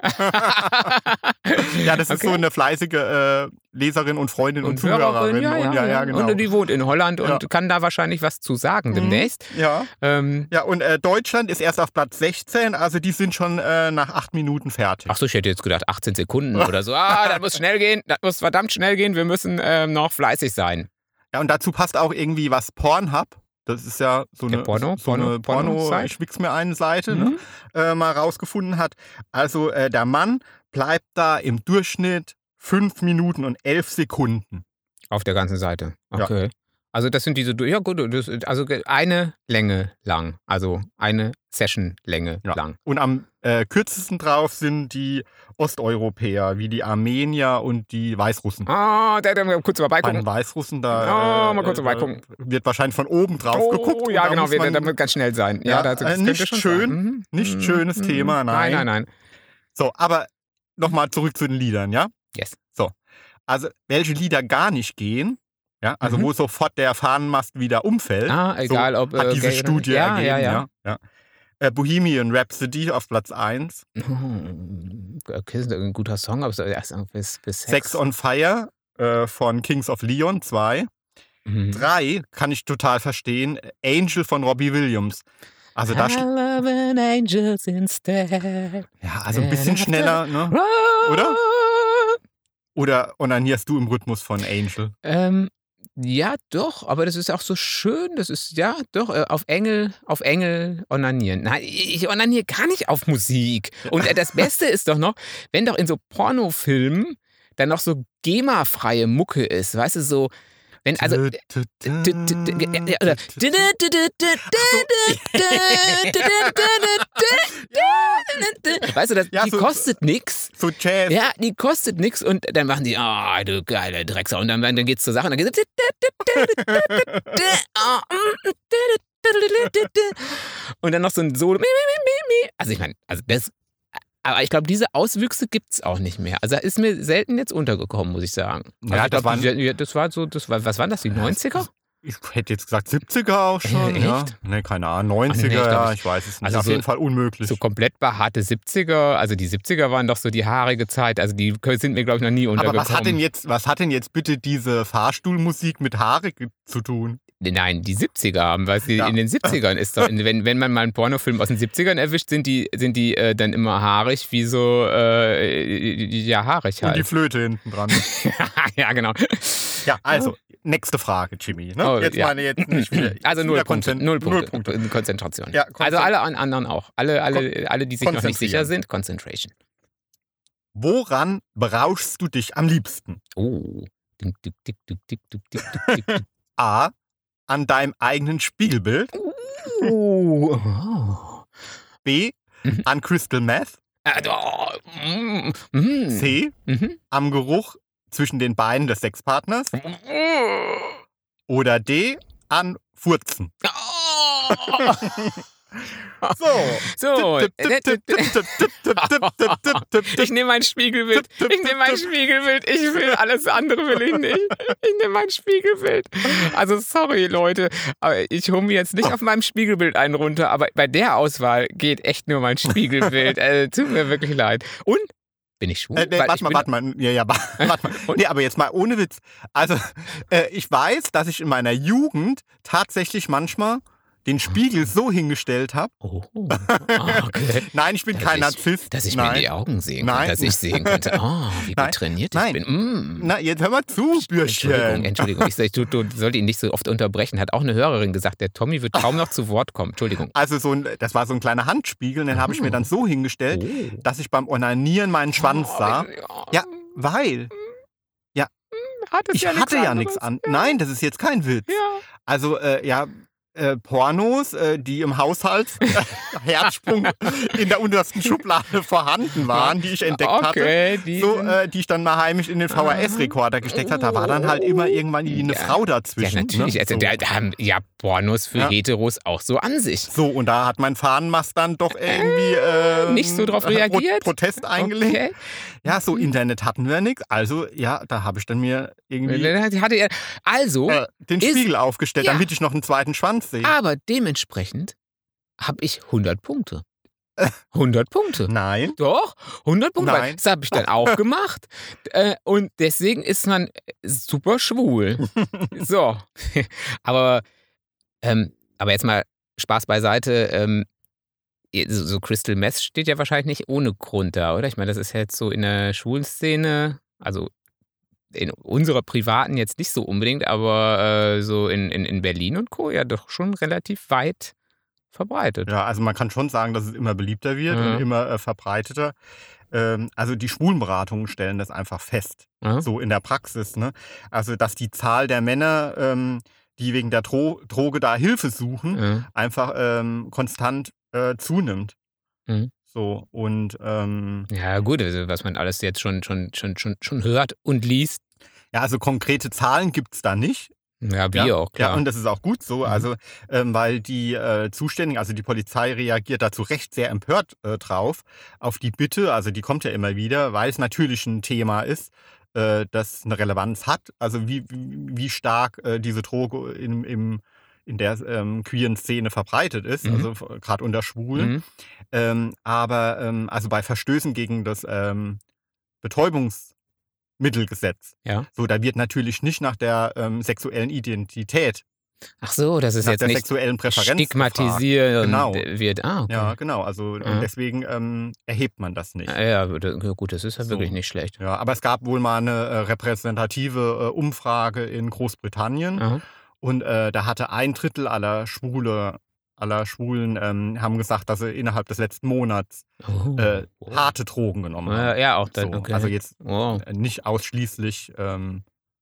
[SPEAKER 1] ja, das ist
[SPEAKER 2] Okay.
[SPEAKER 1] so eine fleißige äh, Leserin und Freundin und,
[SPEAKER 2] Hörerin,
[SPEAKER 1] Zuhörerin.
[SPEAKER 2] ja, ja,
[SPEAKER 1] und, ja, ja, genau.
[SPEAKER 2] und die wohnt in Holland und
[SPEAKER 1] Ja.
[SPEAKER 2] kann da wahrscheinlich was zu sagen demnächst.
[SPEAKER 1] ja.
[SPEAKER 2] Ähm,
[SPEAKER 1] ja, und äh, Deutschland ist erst auf Platz 16, also die sind schon äh, nach acht Minuten fertig.
[SPEAKER 2] Ach so, ich hätte jetzt gedacht 18 Sekunden oder so. Ah, das muss schnell gehen, das muss verdammt schnell gehen. Wir müssen ähm, noch fleißig sein.
[SPEAKER 1] Ja, und dazu passt auch irgendwie was Pornhub. Das ist ja so
[SPEAKER 2] Der
[SPEAKER 1] eine
[SPEAKER 2] Porno-
[SPEAKER 1] so eine
[SPEAKER 2] Porno-
[SPEAKER 1] Porno,
[SPEAKER 2] Porno-Seite?
[SPEAKER 1] ich wichs mir eine Seite,
[SPEAKER 2] Mhm.
[SPEAKER 1] ne, äh, mal rausgefunden hat. Also äh, der Mann bleibt da im Durchschnitt fünf Minuten und elf Sekunden.
[SPEAKER 2] Auf der ganzen Seite.
[SPEAKER 1] Ja.
[SPEAKER 2] Okay. Also das sind diese, ja gut, das, also eine Länge lang, also eine Session-Länge
[SPEAKER 1] Ja.
[SPEAKER 2] lang.
[SPEAKER 1] Und am äh, kürzesten drauf sind die Osteuropäer, wie die Armenier und die Weißrussen.
[SPEAKER 2] Ah, da, da mal kurz mal
[SPEAKER 1] Bei
[SPEAKER 2] beigucken.
[SPEAKER 1] den Weißrussen, da
[SPEAKER 2] Oh, mal kurz
[SPEAKER 1] äh,
[SPEAKER 2] vorbei
[SPEAKER 1] da
[SPEAKER 2] gucken.
[SPEAKER 1] wird wahrscheinlich von oben drauf
[SPEAKER 2] Oh,
[SPEAKER 1] geguckt. und
[SPEAKER 2] ja
[SPEAKER 1] da
[SPEAKER 2] genau,
[SPEAKER 1] muss
[SPEAKER 2] wir,
[SPEAKER 1] man-
[SPEAKER 2] da muss ganz schnell sein. Ja,
[SPEAKER 1] Ja,
[SPEAKER 2] das, das
[SPEAKER 1] äh, nicht
[SPEAKER 2] könnte schon
[SPEAKER 1] schön,
[SPEAKER 2] sein. Mhm.
[SPEAKER 1] nicht
[SPEAKER 2] Mhm.
[SPEAKER 1] schönes
[SPEAKER 2] Mhm.
[SPEAKER 1] Thema, nein.
[SPEAKER 2] Nein, nein, nein.
[SPEAKER 1] So, aber nochmal zurück zu den Liedern, ja?
[SPEAKER 2] Yes.
[SPEAKER 1] So. Also, welche Lieder gar nicht gehen, ja, also
[SPEAKER 2] Mhm.
[SPEAKER 1] wo sofort der Fahnenmast wieder umfällt,
[SPEAKER 2] Ah, egal ob...
[SPEAKER 1] hat
[SPEAKER 2] äh,
[SPEAKER 1] diese
[SPEAKER 2] gay oder-
[SPEAKER 1] Studie
[SPEAKER 2] ja,
[SPEAKER 1] ergeben,
[SPEAKER 2] ja, ja.
[SPEAKER 1] ja. Äh, Bohemian Rhapsody auf Platz 1,
[SPEAKER 2] Oh, Okay, ist ein guter Song, aber es ist bis, bis
[SPEAKER 1] Sex on Fire, äh, von Kings of Leon 2.
[SPEAKER 2] Mhm.
[SPEAKER 1] Drei kann ich total verstehen. Angel von Robbie Williams. Also da
[SPEAKER 2] I
[SPEAKER 1] sch-
[SPEAKER 2] love an angels instead.
[SPEAKER 1] ja, also ein
[SPEAKER 2] Äh,
[SPEAKER 1] bisschen schneller, ne? Oder? Oder onanierst du im Rhythmus von Angel?
[SPEAKER 2] Ähm, ja, doch, aber das ist auch so schön. Das ist, ja, doch, äh, auf Engel, auf Engel onanieren. Nein, ich onaniere gar nicht auf Musik. Und äh, das Beste ist doch noch, wenn doch in so Pornofilmen dann noch so GEMA-freie Mucke ist, weißt du, so, wenn, also.
[SPEAKER 1] Tü-
[SPEAKER 2] äh,
[SPEAKER 1] tü- tü-
[SPEAKER 2] tü- tü- tü-
[SPEAKER 1] tü-
[SPEAKER 2] ja, ja, oder-
[SPEAKER 1] tü- tü-
[SPEAKER 2] Weißt du, das,
[SPEAKER 1] Ja,
[SPEAKER 2] die
[SPEAKER 1] so-
[SPEAKER 2] kostet nix.
[SPEAKER 1] So Jazz.
[SPEAKER 2] Ja, die kostet nix und dann machen die, ah, du geile Drecksau. Und dann, dann geht's zur Sache und dann geht's. Und dann noch so ein Solo. Also ich meine, also das. Aber ich glaube, diese Auswüchse gibt's auch nicht mehr. Also ist mir selten jetzt untergekommen, muss ich sagen. Also
[SPEAKER 1] Ja,
[SPEAKER 2] ich
[SPEAKER 1] das waren-
[SPEAKER 2] die- das war so, das war, was waren das, die 90er?
[SPEAKER 1] Ich hätte jetzt gesagt 70er auch schon.
[SPEAKER 2] Äh,
[SPEAKER 1] Ja.
[SPEAKER 2] echt? Ah,
[SPEAKER 1] Ne, keine Ahnung. 90er,
[SPEAKER 2] nee, ich glaub
[SPEAKER 1] ja,
[SPEAKER 2] nicht.
[SPEAKER 1] ich weiß es nicht.
[SPEAKER 2] Also
[SPEAKER 1] Auf
[SPEAKER 2] so-
[SPEAKER 1] jeden Fall unmöglich.
[SPEAKER 2] So komplett behaarte 70er. Also die 70er waren doch so die haarige Zeit. Also die sind mir, glaube ich, noch nie
[SPEAKER 1] Aber
[SPEAKER 2] untergekommen.
[SPEAKER 1] was hat, denn jetzt, was hat denn jetzt bitte diese Fahrstuhlmusik mit Haare ge- zu tun?
[SPEAKER 2] Nein, die 70er haben, weil sie
[SPEAKER 1] Ja.
[SPEAKER 2] in den 70ern ist doch, wenn, wenn man mal einen Pornofilm aus den 70ern erwischt, sind die, sind die äh, dann immer haarig, wie so, äh, ja, haarig
[SPEAKER 1] Und die
[SPEAKER 2] halt.
[SPEAKER 1] Flöte hinten dran.
[SPEAKER 2] ja, genau.
[SPEAKER 1] ja, also, nächste Frage, Jimmy. Ne?
[SPEAKER 2] Oh,
[SPEAKER 1] jetzt
[SPEAKER 2] ja.
[SPEAKER 1] meine jetzt nicht wieder.
[SPEAKER 2] Also
[SPEAKER 1] jetzt
[SPEAKER 2] null
[SPEAKER 1] wieder
[SPEAKER 2] Punkte,
[SPEAKER 1] Konzen-
[SPEAKER 2] null Punkte,
[SPEAKER 1] Null Punkte.
[SPEAKER 2] Konzentration.
[SPEAKER 1] Ja,
[SPEAKER 2] also
[SPEAKER 1] konzen-
[SPEAKER 2] alle an- anderen auch. Alle, alle, alle die sich noch nicht
[SPEAKER 1] konzentrieren.
[SPEAKER 2] sicher sind, Concentration.
[SPEAKER 1] Woran berauschst du dich am liebsten?
[SPEAKER 2] Oh. Dick, dick, dick, dick, dick, dick, dick, dick, dick.
[SPEAKER 1] A. An deinem eigenen Spiegelbild.
[SPEAKER 2] Oh. Oh.
[SPEAKER 1] B.
[SPEAKER 2] Mhm.
[SPEAKER 1] An Crystal Meth.
[SPEAKER 2] Äh, oh. Mm. Mm.
[SPEAKER 1] C.
[SPEAKER 2] Mhm.
[SPEAKER 1] Am Geruch zwischen den Beinen des Sexpartners. Oder D. An Furzen.
[SPEAKER 2] Oh.
[SPEAKER 1] So.
[SPEAKER 2] So, ne,
[SPEAKER 1] Tipp, tipp, tipp, tipp, tipp, tipp, tipp, tipp, tipp, tipp, tipp, tipp.
[SPEAKER 2] ich nehme mein Spiegelbild.
[SPEAKER 1] Tipp, tipp,
[SPEAKER 2] Ich nehme mein
[SPEAKER 1] tipp,
[SPEAKER 2] Spiegelbild. Ich will alles andere will ich nicht. Ich nehme mein Spiegelbild. Also sorry Leute, aber ich hole mir jetzt nicht auf meinem Spiegelbild einen runter, aber bei der Auswahl geht echt nur mein Spiegelbild. Äh, tut mir wirklich leid. Und bin ich schwul?
[SPEAKER 1] Äh, nee,
[SPEAKER 2] Weil
[SPEAKER 1] warte
[SPEAKER 2] ich
[SPEAKER 1] mal,
[SPEAKER 2] bin-
[SPEAKER 1] warte mal. Ja, ja, wa- warte mal. Nee, aber jetzt mal ohne Witz. Also, äh, ich weiß, dass ich in meiner Jugend tatsächlich manchmal den Spiegel so hingestellt habe.
[SPEAKER 2] Oh, okay.
[SPEAKER 1] Nein, ich bin
[SPEAKER 2] Dass
[SPEAKER 1] kein
[SPEAKER 2] ich-
[SPEAKER 1] Narzisst.
[SPEAKER 2] Dass ich mir
[SPEAKER 1] Nein.
[SPEAKER 2] in die Augen sehen
[SPEAKER 1] Nein.
[SPEAKER 2] konnte, dass ich sehen konnte, oh, wie
[SPEAKER 1] Nein.
[SPEAKER 2] gut trainiert ich
[SPEAKER 1] Nein.
[SPEAKER 2] bin. Mm.
[SPEAKER 1] Na, jetzt hör mal zu,
[SPEAKER 2] Entschuldigung,
[SPEAKER 1] Bürschchen.
[SPEAKER 2] Entschuldigung. Ich, ich, du, du sollte ihn nicht so oft unterbrechen. Hat auch eine Hörerin gesagt, der Tommy wird kaum noch zu Wort kommen. Entschuldigung.
[SPEAKER 1] Also so ein, das war so ein kleiner Handspiegel, den habe ich mir dann so hingestellt,
[SPEAKER 2] Oh.
[SPEAKER 1] dass ich beim Onanieren meinen Schwanz sah, Äh, Ja. weil
[SPEAKER 2] Hat es
[SPEAKER 1] ich hatte ja nichts an. Nein, das ist jetzt kein Witz.
[SPEAKER 2] Ja.
[SPEAKER 1] Also äh, ja, äh, Pornos, äh, die im Haushalt äh, Herzsprung in der untersten Schublade vorhanden waren, die ich entdeckt hatte.
[SPEAKER 2] okay, die
[SPEAKER 1] So,
[SPEAKER 2] sind-
[SPEAKER 1] äh, die ich dann mal heimisch in den VHS-Rekorder gesteckt hatte. Da war dann halt immer irgendwann eine
[SPEAKER 2] Ja.
[SPEAKER 1] Frau
[SPEAKER 2] ja,
[SPEAKER 1] dazwischen.
[SPEAKER 2] natürlich.
[SPEAKER 1] ne?
[SPEAKER 2] Also,
[SPEAKER 1] so.
[SPEAKER 2] da da haben ja Pornos für
[SPEAKER 1] Ja.
[SPEAKER 2] Heteros auch so an sich.
[SPEAKER 1] so, und da hat mein Fahnenmast dann doch irgendwie äh,
[SPEAKER 2] nicht so drauf
[SPEAKER 1] äh, Pro-
[SPEAKER 2] reagiert?
[SPEAKER 1] Protest eingelegt.
[SPEAKER 2] Okay. Mhm.
[SPEAKER 1] Ja, so Internet hatten wir nix. Also, ja, da habe ich dann mir irgendwie
[SPEAKER 2] Dann Hatte er, also,
[SPEAKER 1] äh, den
[SPEAKER 2] Äh, Ist-
[SPEAKER 1] Spiegel aufgestellt,
[SPEAKER 2] Ja. Ah.
[SPEAKER 1] damit ich noch einen zweiten Schwanz sehe.
[SPEAKER 2] aber dementsprechend habe ich 100 Punkte. 100 Punkte.
[SPEAKER 1] Nein.
[SPEAKER 2] Doch, 100 Punkte.
[SPEAKER 1] Nein.
[SPEAKER 2] Nein. Das habe ich dann auch gemacht. Äh, und deswegen ist man super schwul. so. aber, ähm, aber jetzt mal Spaß beiseite. Ähm, so, so Crystal Meth steht ja wahrscheinlich nicht ohne Grund da, oder? Ich meine, das ist jetzt so in der schwulen Szene, also in unserer privaten jetzt nicht so unbedingt, aber äh, so in, in, in Berlin und Co. ja doch schon relativ weit verbreitet.
[SPEAKER 1] Ja, also man kann schon sagen, dass es immer beliebter wird
[SPEAKER 2] Mhm.
[SPEAKER 1] und immer äh, verbreiteter. Ähm, also die Schwulenberatungen stellen das einfach fest,
[SPEAKER 2] Ja.
[SPEAKER 1] so in der Praxis. Ne? Also dass die Zahl der Männer, ähm, die wegen der Dro Droge da Hilfe suchen,
[SPEAKER 2] Ja.
[SPEAKER 1] einfach ähm, konstant äh, zunimmt.
[SPEAKER 2] Mhm.
[SPEAKER 1] So und ähm,
[SPEAKER 2] Ja, gut, also was man alles jetzt schon, schon, schon, schon, schon hört und liest.
[SPEAKER 1] ja, also konkrete Zahlen gibt's da nicht.
[SPEAKER 2] Ja, wie
[SPEAKER 1] Ja,
[SPEAKER 2] auch,
[SPEAKER 1] Ja,
[SPEAKER 2] klar.
[SPEAKER 1] und das ist auch gut so,
[SPEAKER 2] Mhm.
[SPEAKER 1] also ähm, weil die äh, Zuständigen, also die Polizei reagiert da zu Recht sehr empört äh, drauf, auf die Bitte, also die kommt ja immer wieder, weil es natürlich ein Thema ist, äh, das eine Relevanz hat, also wie, wie wie stark äh, diese Droge in, im, in der ähm, queeren Szene verbreitet ist,
[SPEAKER 2] Mhm.
[SPEAKER 1] also f- gerade unter Schwulen.
[SPEAKER 2] Mhm.
[SPEAKER 1] Ähm, aber ähm, also bei Verstößen gegen das ähm, Betäubungsmittelgesetz Mittel gesetzt.
[SPEAKER 2] Ja.
[SPEAKER 1] So, da wird natürlich nicht nach der ähm, sexuellen Identität,
[SPEAKER 2] Ach so, das ist
[SPEAKER 1] nach
[SPEAKER 2] jetzt
[SPEAKER 1] der
[SPEAKER 2] nicht
[SPEAKER 1] sexuellen Präferenz gefragt.
[SPEAKER 2] stigmatisierend
[SPEAKER 1] Genau.
[SPEAKER 2] wird. Ah, okay.
[SPEAKER 1] Ja, genau. Also und
[SPEAKER 2] Ja.
[SPEAKER 1] deswegen ähm, erhebt man das nicht.
[SPEAKER 2] Ah, ja, gut, ja, gut, das ist ja
[SPEAKER 1] So.
[SPEAKER 2] wirklich nicht schlecht.
[SPEAKER 1] Ja, aber es gab wohl mal eine äh, repräsentative äh, Umfrage in Großbritannien
[SPEAKER 2] Aha.
[SPEAKER 1] und äh, da hatte ein Drittel aller Schwule, aller Schwulen ähm, haben gesagt, dass sie innerhalb des letzten Monats
[SPEAKER 2] Oh.
[SPEAKER 1] äh,
[SPEAKER 2] Oh.
[SPEAKER 1] harte Drogen genommen haben.
[SPEAKER 2] Ja, ja, auch
[SPEAKER 1] so,
[SPEAKER 2] dann. okay.
[SPEAKER 1] Also jetzt
[SPEAKER 2] oh.
[SPEAKER 1] äh, nicht ausschließlich ähm,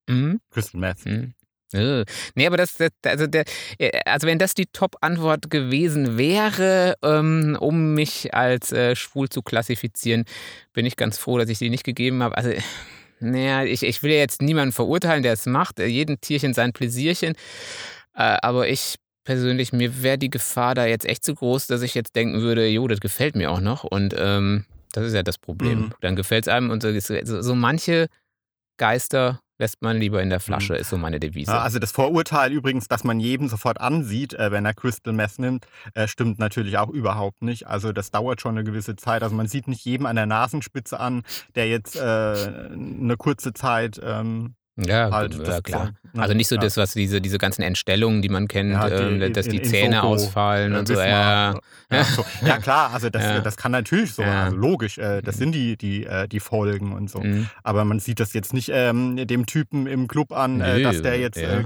[SPEAKER 2] mhm.
[SPEAKER 1] Crystal Meth.
[SPEAKER 2] Hm. Äh. Nee, aber das, das also, der, äh, also wenn das die Top-Antwort gewesen wäre, ähm, um mich als äh, schwul zu klassifizieren, bin ich ganz froh, dass ich die nicht gegeben habe. Also, naja, ich, ich will ja jetzt niemanden verurteilen, der es macht. Äh, Jeden Tierchen sein Pläsierchen. Äh, aber ich persönlich, mir wäre die Gefahr da jetzt echt zu groß, dass ich jetzt denken würde, jo, das gefällt mir auch noch. Und ähm, das ist ja das Problem.
[SPEAKER 1] Mhm.
[SPEAKER 2] Dann gefällt es einem und so, so, so manche Geister lässt man lieber in der Flasche, ist so meine Devise.
[SPEAKER 1] Ja, also das Vorurteil übrigens, dass man jedem sofort ansieht, äh, wenn er Crystal Meth nimmt, äh, stimmt natürlich auch überhaupt nicht. Also das dauert schon eine gewisse Zeit. Also man sieht nicht jedem an der Nasenspitze an, der jetzt äh, eine kurze Zeit ähm,
[SPEAKER 2] ja,
[SPEAKER 1] halt.
[SPEAKER 2] gut,
[SPEAKER 1] das-
[SPEAKER 2] ja, klar.
[SPEAKER 1] ne?
[SPEAKER 2] Also nicht so
[SPEAKER 1] ja.
[SPEAKER 2] das, was diese, diese ganzen Entstellungen, die man kennt,
[SPEAKER 1] Ja, die
[SPEAKER 2] ähm,
[SPEAKER 1] in-
[SPEAKER 2] dass die
[SPEAKER 1] in- in
[SPEAKER 2] Zähne
[SPEAKER 1] Soko,
[SPEAKER 2] ausfallen
[SPEAKER 1] Äh,
[SPEAKER 2] und so.
[SPEAKER 1] Wismar,
[SPEAKER 2] Ja, ja.
[SPEAKER 1] äh, ja, so. ja klar, also das,
[SPEAKER 2] Ja.
[SPEAKER 1] das kann natürlich so,
[SPEAKER 2] Ja.
[SPEAKER 1] also logisch, äh, das
[SPEAKER 2] Mhm.
[SPEAKER 1] sind die, die, äh, die Folgen und so.
[SPEAKER 2] Mhm.
[SPEAKER 1] Aber man sieht das jetzt nicht ähm, dem Typen im Club an, äh,
[SPEAKER 2] Nö,
[SPEAKER 1] dass der jetzt
[SPEAKER 2] ja.
[SPEAKER 1] äh,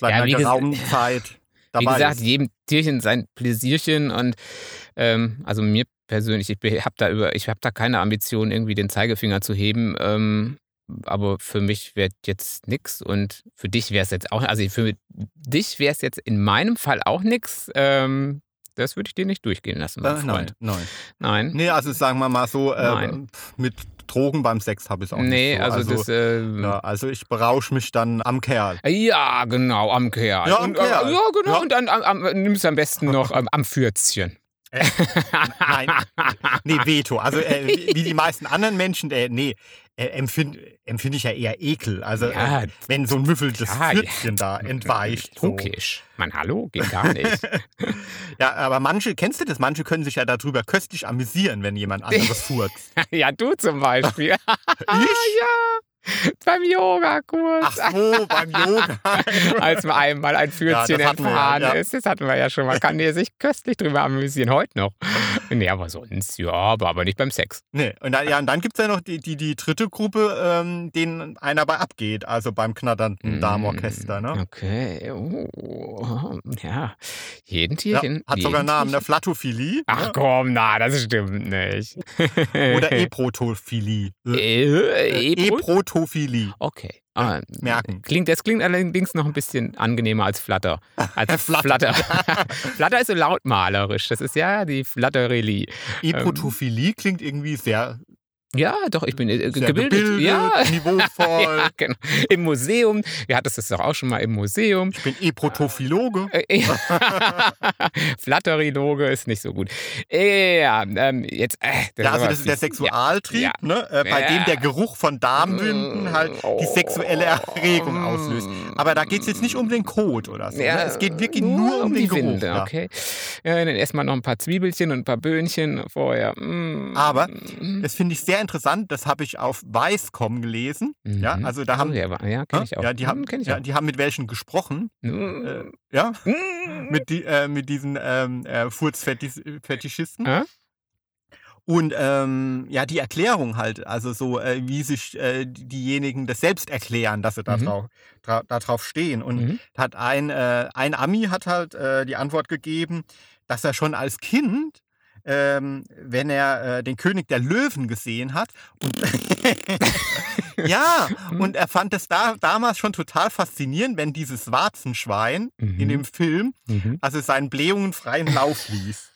[SPEAKER 1] seit
[SPEAKER 2] Ja,
[SPEAKER 1] einer
[SPEAKER 2] wie ges-
[SPEAKER 1] geraumen Zeit dabei
[SPEAKER 2] Wie gesagt,
[SPEAKER 1] ist.
[SPEAKER 2] jedem Tierchen sein Pläsierchen und ähm, also mir persönlich, ich habe da über, ich habe da keine Ambition, irgendwie den Zeigefinger zu heben. Ähm, aber für mich wäre jetzt nix und für dich wäre es jetzt auch, also für dich wäre es jetzt in meinem Fall auch nix. Ähm, das würde ich dir nicht durchgehen lassen, mein
[SPEAKER 1] Äh, nein,
[SPEAKER 2] Freund.
[SPEAKER 1] nein.
[SPEAKER 2] Nein.
[SPEAKER 1] Nee, also sagen wir mal so, äh,
[SPEAKER 2] Nein.
[SPEAKER 1] pf, mit Drogen beim Sex habe ich es auch nicht.
[SPEAKER 2] nee,
[SPEAKER 1] So.
[SPEAKER 2] also, das. Äh,
[SPEAKER 1] ja,
[SPEAKER 2] ja.
[SPEAKER 1] also ich berausche mich dann am Kerl.
[SPEAKER 2] genau, am Kerl.
[SPEAKER 1] Ja, am
[SPEAKER 2] und,
[SPEAKER 1] Kerl.
[SPEAKER 2] Äh, ja, genau.
[SPEAKER 1] Ja.
[SPEAKER 2] Und dann am, am, nimmst du am besten noch am, am Fürzchen.
[SPEAKER 1] Äh, nein. Nee, Veto. Also äh, wie wie die meisten anderen Menschen, äh, nee, äh, empfinde empfind ich ja eher Ekel. Also
[SPEAKER 2] Ja,
[SPEAKER 1] äh, wenn so ein würfeltes
[SPEAKER 2] klar, ja.
[SPEAKER 1] Pfützchen da entweicht. So.
[SPEAKER 2] Logisch. Mann, hallo, geht gar nicht.
[SPEAKER 1] Ja, aber manche, kennst du das? Manche können sich ja darüber köstlich amüsieren, wenn jemand anderes furzt.
[SPEAKER 2] ja, du zum Beispiel. Ah,
[SPEAKER 1] Ich?
[SPEAKER 2] ja, beim Yogakurs.
[SPEAKER 1] Ach so, beim Yoga.
[SPEAKER 2] Als mal einmal ein Fürzchen
[SPEAKER 1] das hatten wir ja,
[SPEAKER 2] erfahren
[SPEAKER 1] ja.
[SPEAKER 2] ist. Das hatten wir ja schon mal. Kann der sich köstlich drüber amüsieren. Heute noch. Nee, aber sonst, ja, aber aber nicht beim Sex.
[SPEAKER 1] Nee, und dann, ja, und dann gibt es ja noch die, die, die dritte Gruppe, ähm, denen einer bei abgeht, also beim knatternden Damenorchester. Ne?
[SPEAKER 2] Mm. Okay. Oh, ja. Jeden
[SPEAKER 1] Ja,
[SPEAKER 2] Tierchen.
[SPEAKER 1] hat
[SPEAKER 2] jeden
[SPEAKER 1] sogar einen Namen,
[SPEAKER 2] Tierchen.
[SPEAKER 1] ne? Flatophilie
[SPEAKER 2] Ach komm, na, das stimmt nicht.
[SPEAKER 1] ne? oder Eprotophilie. Äh,
[SPEAKER 2] Äh,
[SPEAKER 1] äh,
[SPEAKER 2] Ebro?
[SPEAKER 1] Eprotophilie.
[SPEAKER 2] Okay. Ah,
[SPEAKER 1] merken.
[SPEAKER 2] Klingt, das klingt allerdings noch ein bisschen angenehmer als Flatter.
[SPEAKER 1] Ah,
[SPEAKER 2] Als
[SPEAKER 1] Flatter.
[SPEAKER 2] Flatter. Flatter ist so lautmalerisch. Das ist ja die Flatterelli.
[SPEAKER 1] Eprotophilie klingt irgendwie sehr,
[SPEAKER 2] Ja, doch, ich bin äh,
[SPEAKER 1] sehr
[SPEAKER 2] gebildet.
[SPEAKER 1] gebildet,
[SPEAKER 2] Ja.
[SPEAKER 1] niveauvoll.
[SPEAKER 2] ja, genau. Im Museum. Wir hattest das doch auch schon mal im Museum.
[SPEAKER 1] Ich bin Eprotophilologe.
[SPEAKER 2] Äh, ja. Flatteriloge ist nicht so gut. Äh, Ja, ähm, jetzt. Äh, das
[SPEAKER 1] Ja,
[SPEAKER 2] ist
[SPEAKER 1] also
[SPEAKER 2] aber
[SPEAKER 1] das ist der
[SPEAKER 2] fies.
[SPEAKER 1] Sexualtrieb,
[SPEAKER 2] Ja.
[SPEAKER 1] ne? äh, bei
[SPEAKER 2] Ja.
[SPEAKER 1] dem der Geruch von Darmwinden halt die sexuelle
[SPEAKER 2] Oh.
[SPEAKER 1] Erregung auslöst. Aber da geht es jetzt nicht um den Code oder so. ne? Es geht wirklich nur, um, den
[SPEAKER 2] die
[SPEAKER 1] Geruch.
[SPEAKER 2] Winde,
[SPEAKER 1] ja.
[SPEAKER 2] okay. Ja, dann erstmal noch ein paar Zwiebelchen und ein paar Böhnchen vorher. Mm.
[SPEAKER 1] Aber
[SPEAKER 2] Mm.
[SPEAKER 1] Das finde ich sehr interessant. Das habe ich auf Weißcom gelesen. Ja,
[SPEAKER 2] Mhm.
[SPEAKER 1] also da haben
[SPEAKER 2] ja, aber- ja, kenn ich auch.
[SPEAKER 1] Ja, die haben,
[SPEAKER 2] Mm, kenn ich
[SPEAKER 1] ja,
[SPEAKER 2] auch.
[SPEAKER 1] die haben mit welchen gesprochen. Äh,
[SPEAKER 2] Mm.
[SPEAKER 1] ja,
[SPEAKER 2] Mm.
[SPEAKER 1] mit, die, äh, mit diesen ähm, äh, Furzfetischisten.
[SPEAKER 2] Äh?
[SPEAKER 1] Und ähm, ja, die Erklärung halt, also so, äh, wie sich äh, diejenigen das selbst erklären, dass sie da
[SPEAKER 2] Mhm.
[SPEAKER 1] drauf, dra da drauf stehen. Und
[SPEAKER 2] Mhm.
[SPEAKER 1] hat ein, äh, ein Ami hat halt äh, die Antwort gegeben, dass er schon als Kind, ähm, wenn er äh, den König der Löwen gesehen hat, und ja,
[SPEAKER 2] Mhm.
[SPEAKER 1] und er fand es da, damals schon total faszinierend, wenn dieses Warzenschwein in
[SPEAKER 2] Mhm.
[SPEAKER 1] dem Film,
[SPEAKER 2] Mhm.
[SPEAKER 1] also seinen Blähungen freien Lauf ließ.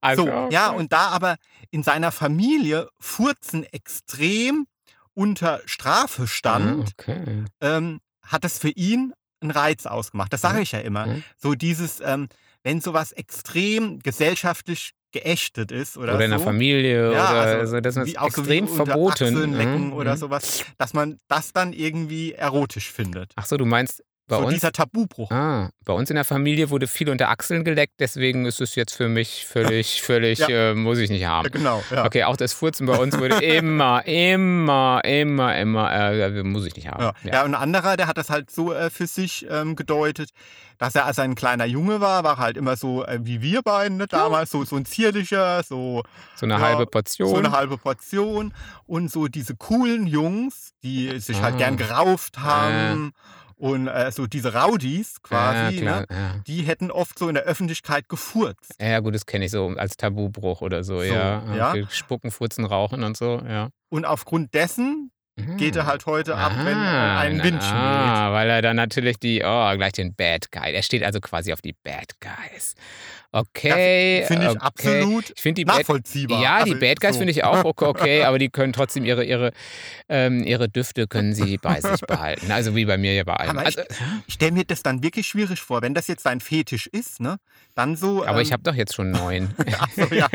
[SPEAKER 2] Also,
[SPEAKER 1] so, ja, und da aber in seiner Familie Furzen extrem unter Strafe stand,
[SPEAKER 2] Ah, okay.
[SPEAKER 1] ähm, hat das für ihn einen Reiz ausgemacht. Das sage
[SPEAKER 2] Mhm.
[SPEAKER 1] ich ja immer.
[SPEAKER 2] Mhm.
[SPEAKER 1] So dieses, ähm, wenn sowas extrem gesellschaftlich geächtet ist oder,
[SPEAKER 2] Oder, in
[SPEAKER 1] so.
[SPEAKER 2] der Familie
[SPEAKER 1] Ja,
[SPEAKER 2] oder
[SPEAKER 1] also
[SPEAKER 2] so, das ist
[SPEAKER 1] wie- auch so wie
[SPEAKER 2] extrem
[SPEAKER 1] unter
[SPEAKER 2] verboten.
[SPEAKER 1] Achseln lecken
[SPEAKER 2] Mhm.
[SPEAKER 1] oder sowas, dass man das dann irgendwie erotisch findet.
[SPEAKER 2] Ach so, du meinst, Bei
[SPEAKER 1] so
[SPEAKER 2] uns?
[SPEAKER 1] dieser Tabubruch.
[SPEAKER 2] Ah, bei uns in der Familie wurde viel unter Achseln geleckt, deswegen ist es jetzt für mich völlig, völlig,
[SPEAKER 1] Ja.
[SPEAKER 2] äh, muss ich nicht haben.
[SPEAKER 1] Ja, genau. Ja.
[SPEAKER 2] Okay, auch das Furzen bei uns wurde immer, immer, immer, immer, äh, muss ich nicht
[SPEAKER 1] Ja.
[SPEAKER 2] haben.
[SPEAKER 1] Ja. und ein anderer, der hat das halt so äh, für sich ähm, gedeutet, dass er, als er ein kleiner Junge war, war er halt immer so äh, wie wir beiden ne, damals, so, so ein zierlicher, so,
[SPEAKER 2] So eine
[SPEAKER 1] Ja,
[SPEAKER 2] halbe Portion.
[SPEAKER 1] so eine halbe Portion. Und so diese coolen Jungs, die sich
[SPEAKER 2] Ah.
[SPEAKER 1] halt gern gerauft haben und äh, so diese Rowdies
[SPEAKER 2] ja,
[SPEAKER 1] quasi,
[SPEAKER 2] Äh, klar,
[SPEAKER 1] ne,
[SPEAKER 2] ja.
[SPEAKER 1] die hätten oft so in der Öffentlichkeit gefurzt.
[SPEAKER 2] Ja, ja, gut, das kenne ich so als Tabubruch oder so,
[SPEAKER 1] So,
[SPEAKER 2] ja.
[SPEAKER 1] ja.
[SPEAKER 2] Okay, Spucken, Furzen, Rauchen und so, ja. Mhm.
[SPEAKER 1] Und aufgrund dessen geht er halt heute ab, wenn
[SPEAKER 2] Ah,
[SPEAKER 1] ein
[SPEAKER 2] na-
[SPEAKER 1] Wind schmiert.
[SPEAKER 2] Ah, weil er dann natürlich die, oh, gleich den Bad Guy. Er steht also quasi auf die Bad Guys. Okay.
[SPEAKER 1] Finde ich
[SPEAKER 2] okay.
[SPEAKER 1] absolut
[SPEAKER 2] Ich finde die Bad
[SPEAKER 1] nachvollziehbar.
[SPEAKER 2] Ja, die
[SPEAKER 1] Also,
[SPEAKER 2] Bad Guys
[SPEAKER 1] so.
[SPEAKER 2] finde ich auch okay, okay, aber die können trotzdem ihre, ihre, ähm, ihre Düfte können sie bei sich behalten. Also wie bei mir ja bei allem.
[SPEAKER 1] Aber
[SPEAKER 2] Also,
[SPEAKER 1] Ich stelle mir das dann wirklich schwierig vor, wenn das jetzt dein Fetisch ist, ne? Dann so.
[SPEAKER 2] aber ich
[SPEAKER 1] ähm,
[SPEAKER 2] habe doch jetzt schon neun.
[SPEAKER 1] Ach so, ja.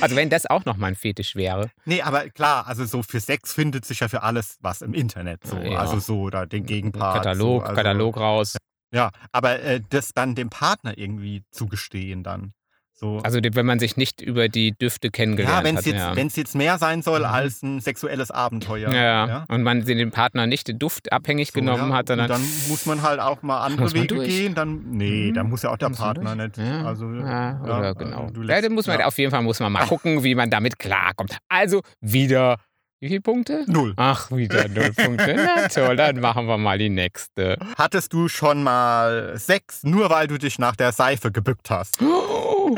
[SPEAKER 2] Also wenn das auch noch mein Fetisch wäre.
[SPEAKER 1] Nee, aber klar, also so für Sex findet sich ja für alles was im Internet. So.
[SPEAKER 2] Ja.
[SPEAKER 1] Also so, da den Gegenpart.
[SPEAKER 2] Katalog,
[SPEAKER 1] so, also,
[SPEAKER 2] Katalog raus.
[SPEAKER 1] Ja, aber äh, das dann dem Partner irgendwie zugestehen dann. So.
[SPEAKER 2] Also die- wenn man sich nicht über die Düfte
[SPEAKER 1] ja,
[SPEAKER 2] kennengelernt
[SPEAKER 1] wenn es
[SPEAKER 2] hat.
[SPEAKER 1] jetzt,
[SPEAKER 2] ja.
[SPEAKER 1] wenn's jetzt mehr sein soll
[SPEAKER 2] Mhm.
[SPEAKER 1] als ein sexuelles Abenteuer.
[SPEAKER 2] ja. und man den Partner nicht duftabhängig
[SPEAKER 1] So,
[SPEAKER 2] genommen
[SPEAKER 1] ja,
[SPEAKER 2] hat, sondern
[SPEAKER 1] und dann muss man halt auch mal andere
[SPEAKER 2] Muss man
[SPEAKER 1] Wege
[SPEAKER 2] durch.
[SPEAKER 1] gehen. Dann, nee,
[SPEAKER 2] Mhm.
[SPEAKER 1] da muss ja auch der
[SPEAKER 2] Muss man
[SPEAKER 1] Partner
[SPEAKER 2] durch.
[SPEAKER 1] nicht.
[SPEAKER 2] Ja,
[SPEAKER 1] Also,
[SPEAKER 2] ja,
[SPEAKER 1] ja,
[SPEAKER 2] oder
[SPEAKER 1] äh,
[SPEAKER 2] genau.
[SPEAKER 1] du
[SPEAKER 2] ja,
[SPEAKER 1] lässt-
[SPEAKER 2] dann muss man
[SPEAKER 1] ja.
[SPEAKER 2] auf jeden Fall muss man mal gucken, wie man damit klarkommt. Also wieder wie viele Punkte?
[SPEAKER 1] Null.
[SPEAKER 2] Ach, wieder null Punkte. Na toll, dann machen wir mal die nächste.
[SPEAKER 1] Hattest du schon mal Sex, nur weil du dich nach der Seife gebückt hast?
[SPEAKER 2] Uh,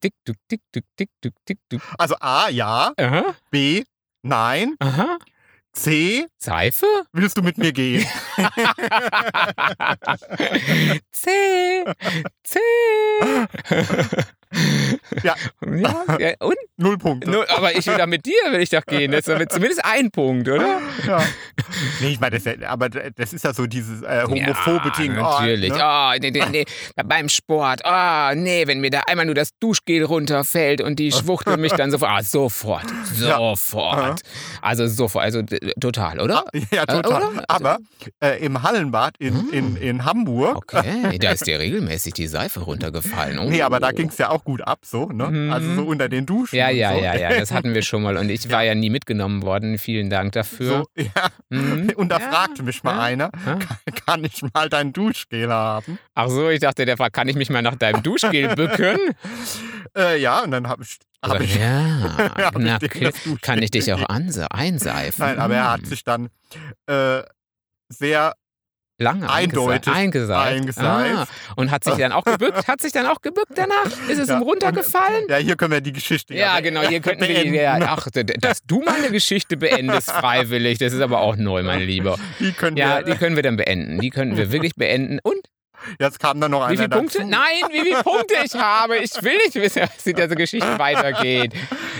[SPEAKER 2] Tick, tick, tick, tick, tick, tick, tick, tick.
[SPEAKER 1] Also A, ja.
[SPEAKER 2] Aha,
[SPEAKER 1] B, nein.
[SPEAKER 2] aha.
[SPEAKER 1] C,
[SPEAKER 2] Seife?
[SPEAKER 1] willst du mit mir gehen?
[SPEAKER 2] C, C.
[SPEAKER 1] Ja.
[SPEAKER 2] ja, ja. Und
[SPEAKER 1] Null Punkte.
[SPEAKER 2] Nur, aber ich will doch mit dir, will ich doch gehen. Das ist doch zumindest ein Punkt, oder?
[SPEAKER 1] Ja. Nee, ich meine, das, ist ja- aber das ist ja so dieses äh, homophobe Ding.
[SPEAKER 2] Ja,
[SPEAKER 1] Oh,
[SPEAKER 2] natürlich.
[SPEAKER 1] ne?
[SPEAKER 2] Oh, nee, nee, nee. Beim Sport. Oh, nee, wenn mir da einmal nur das Duschgel runterfällt und die schwuchteln mich dann sofort. Ah, sofort.
[SPEAKER 1] Ja.
[SPEAKER 2] Sofort. Also sofort. Also d- total, oder?
[SPEAKER 1] Ja, total.
[SPEAKER 2] oder? Hm.
[SPEAKER 1] Aber äh, im Hallenbad in, in, in Hamburg,
[SPEAKER 2] Okay, da ist dir regelmäßig die Seife runtergefallen. Oh.
[SPEAKER 1] nee, aber da ging es ja auch gut ab, so, ne?
[SPEAKER 2] Mhm.
[SPEAKER 1] Also so unter den Duschen.
[SPEAKER 2] Ja,
[SPEAKER 1] und
[SPEAKER 2] ja,
[SPEAKER 1] so.
[SPEAKER 2] ja, ja. Das hatten wir schon mal. Und ich war ja nie mitgenommen worden. Vielen Dank dafür.
[SPEAKER 1] So, ja.
[SPEAKER 2] Mhm.
[SPEAKER 1] Und da fragte mich mal
[SPEAKER 2] ja.
[SPEAKER 1] einer,
[SPEAKER 2] Ja.
[SPEAKER 1] kann ich mal dein Duschgel haben?
[SPEAKER 2] Ach so, ich dachte, der fragt, kann ich mich mal nach deinem Duschgel bücken?
[SPEAKER 1] Äh, ja, und dann habe ich, hab
[SPEAKER 2] Also,
[SPEAKER 1] ich
[SPEAKER 2] ja,
[SPEAKER 1] hab
[SPEAKER 2] na,
[SPEAKER 1] ich den
[SPEAKER 2] klar,
[SPEAKER 1] das Duschgel
[SPEAKER 2] kann ich dich auch anse einseifen.
[SPEAKER 1] Nein, aber er hat
[SPEAKER 2] Hm.
[SPEAKER 1] sich dann äh, sehr
[SPEAKER 2] lange
[SPEAKER 1] eindeutig
[SPEAKER 2] eingeseift.
[SPEAKER 1] eingeseift.
[SPEAKER 2] Ah, und hat sich dann auch gebückt? Hat sich dann auch gebückt danach? Ist es
[SPEAKER 1] Ja,
[SPEAKER 2] ihm runtergefallen?
[SPEAKER 1] Ja, hier können wir die Geschichte.
[SPEAKER 2] ja,
[SPEAKER 1] be-
[SPEAKER 2] genau, hier könnten wir
[SPEAKER 1] beenden.
[SPEAKER 2] die, ja, ach, d- d- dass du meine Geschichte beendest freiwillig, das ist aber auch neu, mein Lieber.
[SPEAKER 1] Die können
[SPEAKER 2] Ja,
[SPEAKER 1] wir.
[SPEAKER 2] die können wir dann beenden, die können wir wirklich beenden. Und,
[SPEAKER 1] Jetzt kam dann noch einer
[SPEAKER 2] wie viele
[SPEAKER 1] dazu.
[SPEAKER 2] Punkte? Nein, wie viele Punkte ich habe, ich will nicht wissen, wie diese Geschichte weitergeht.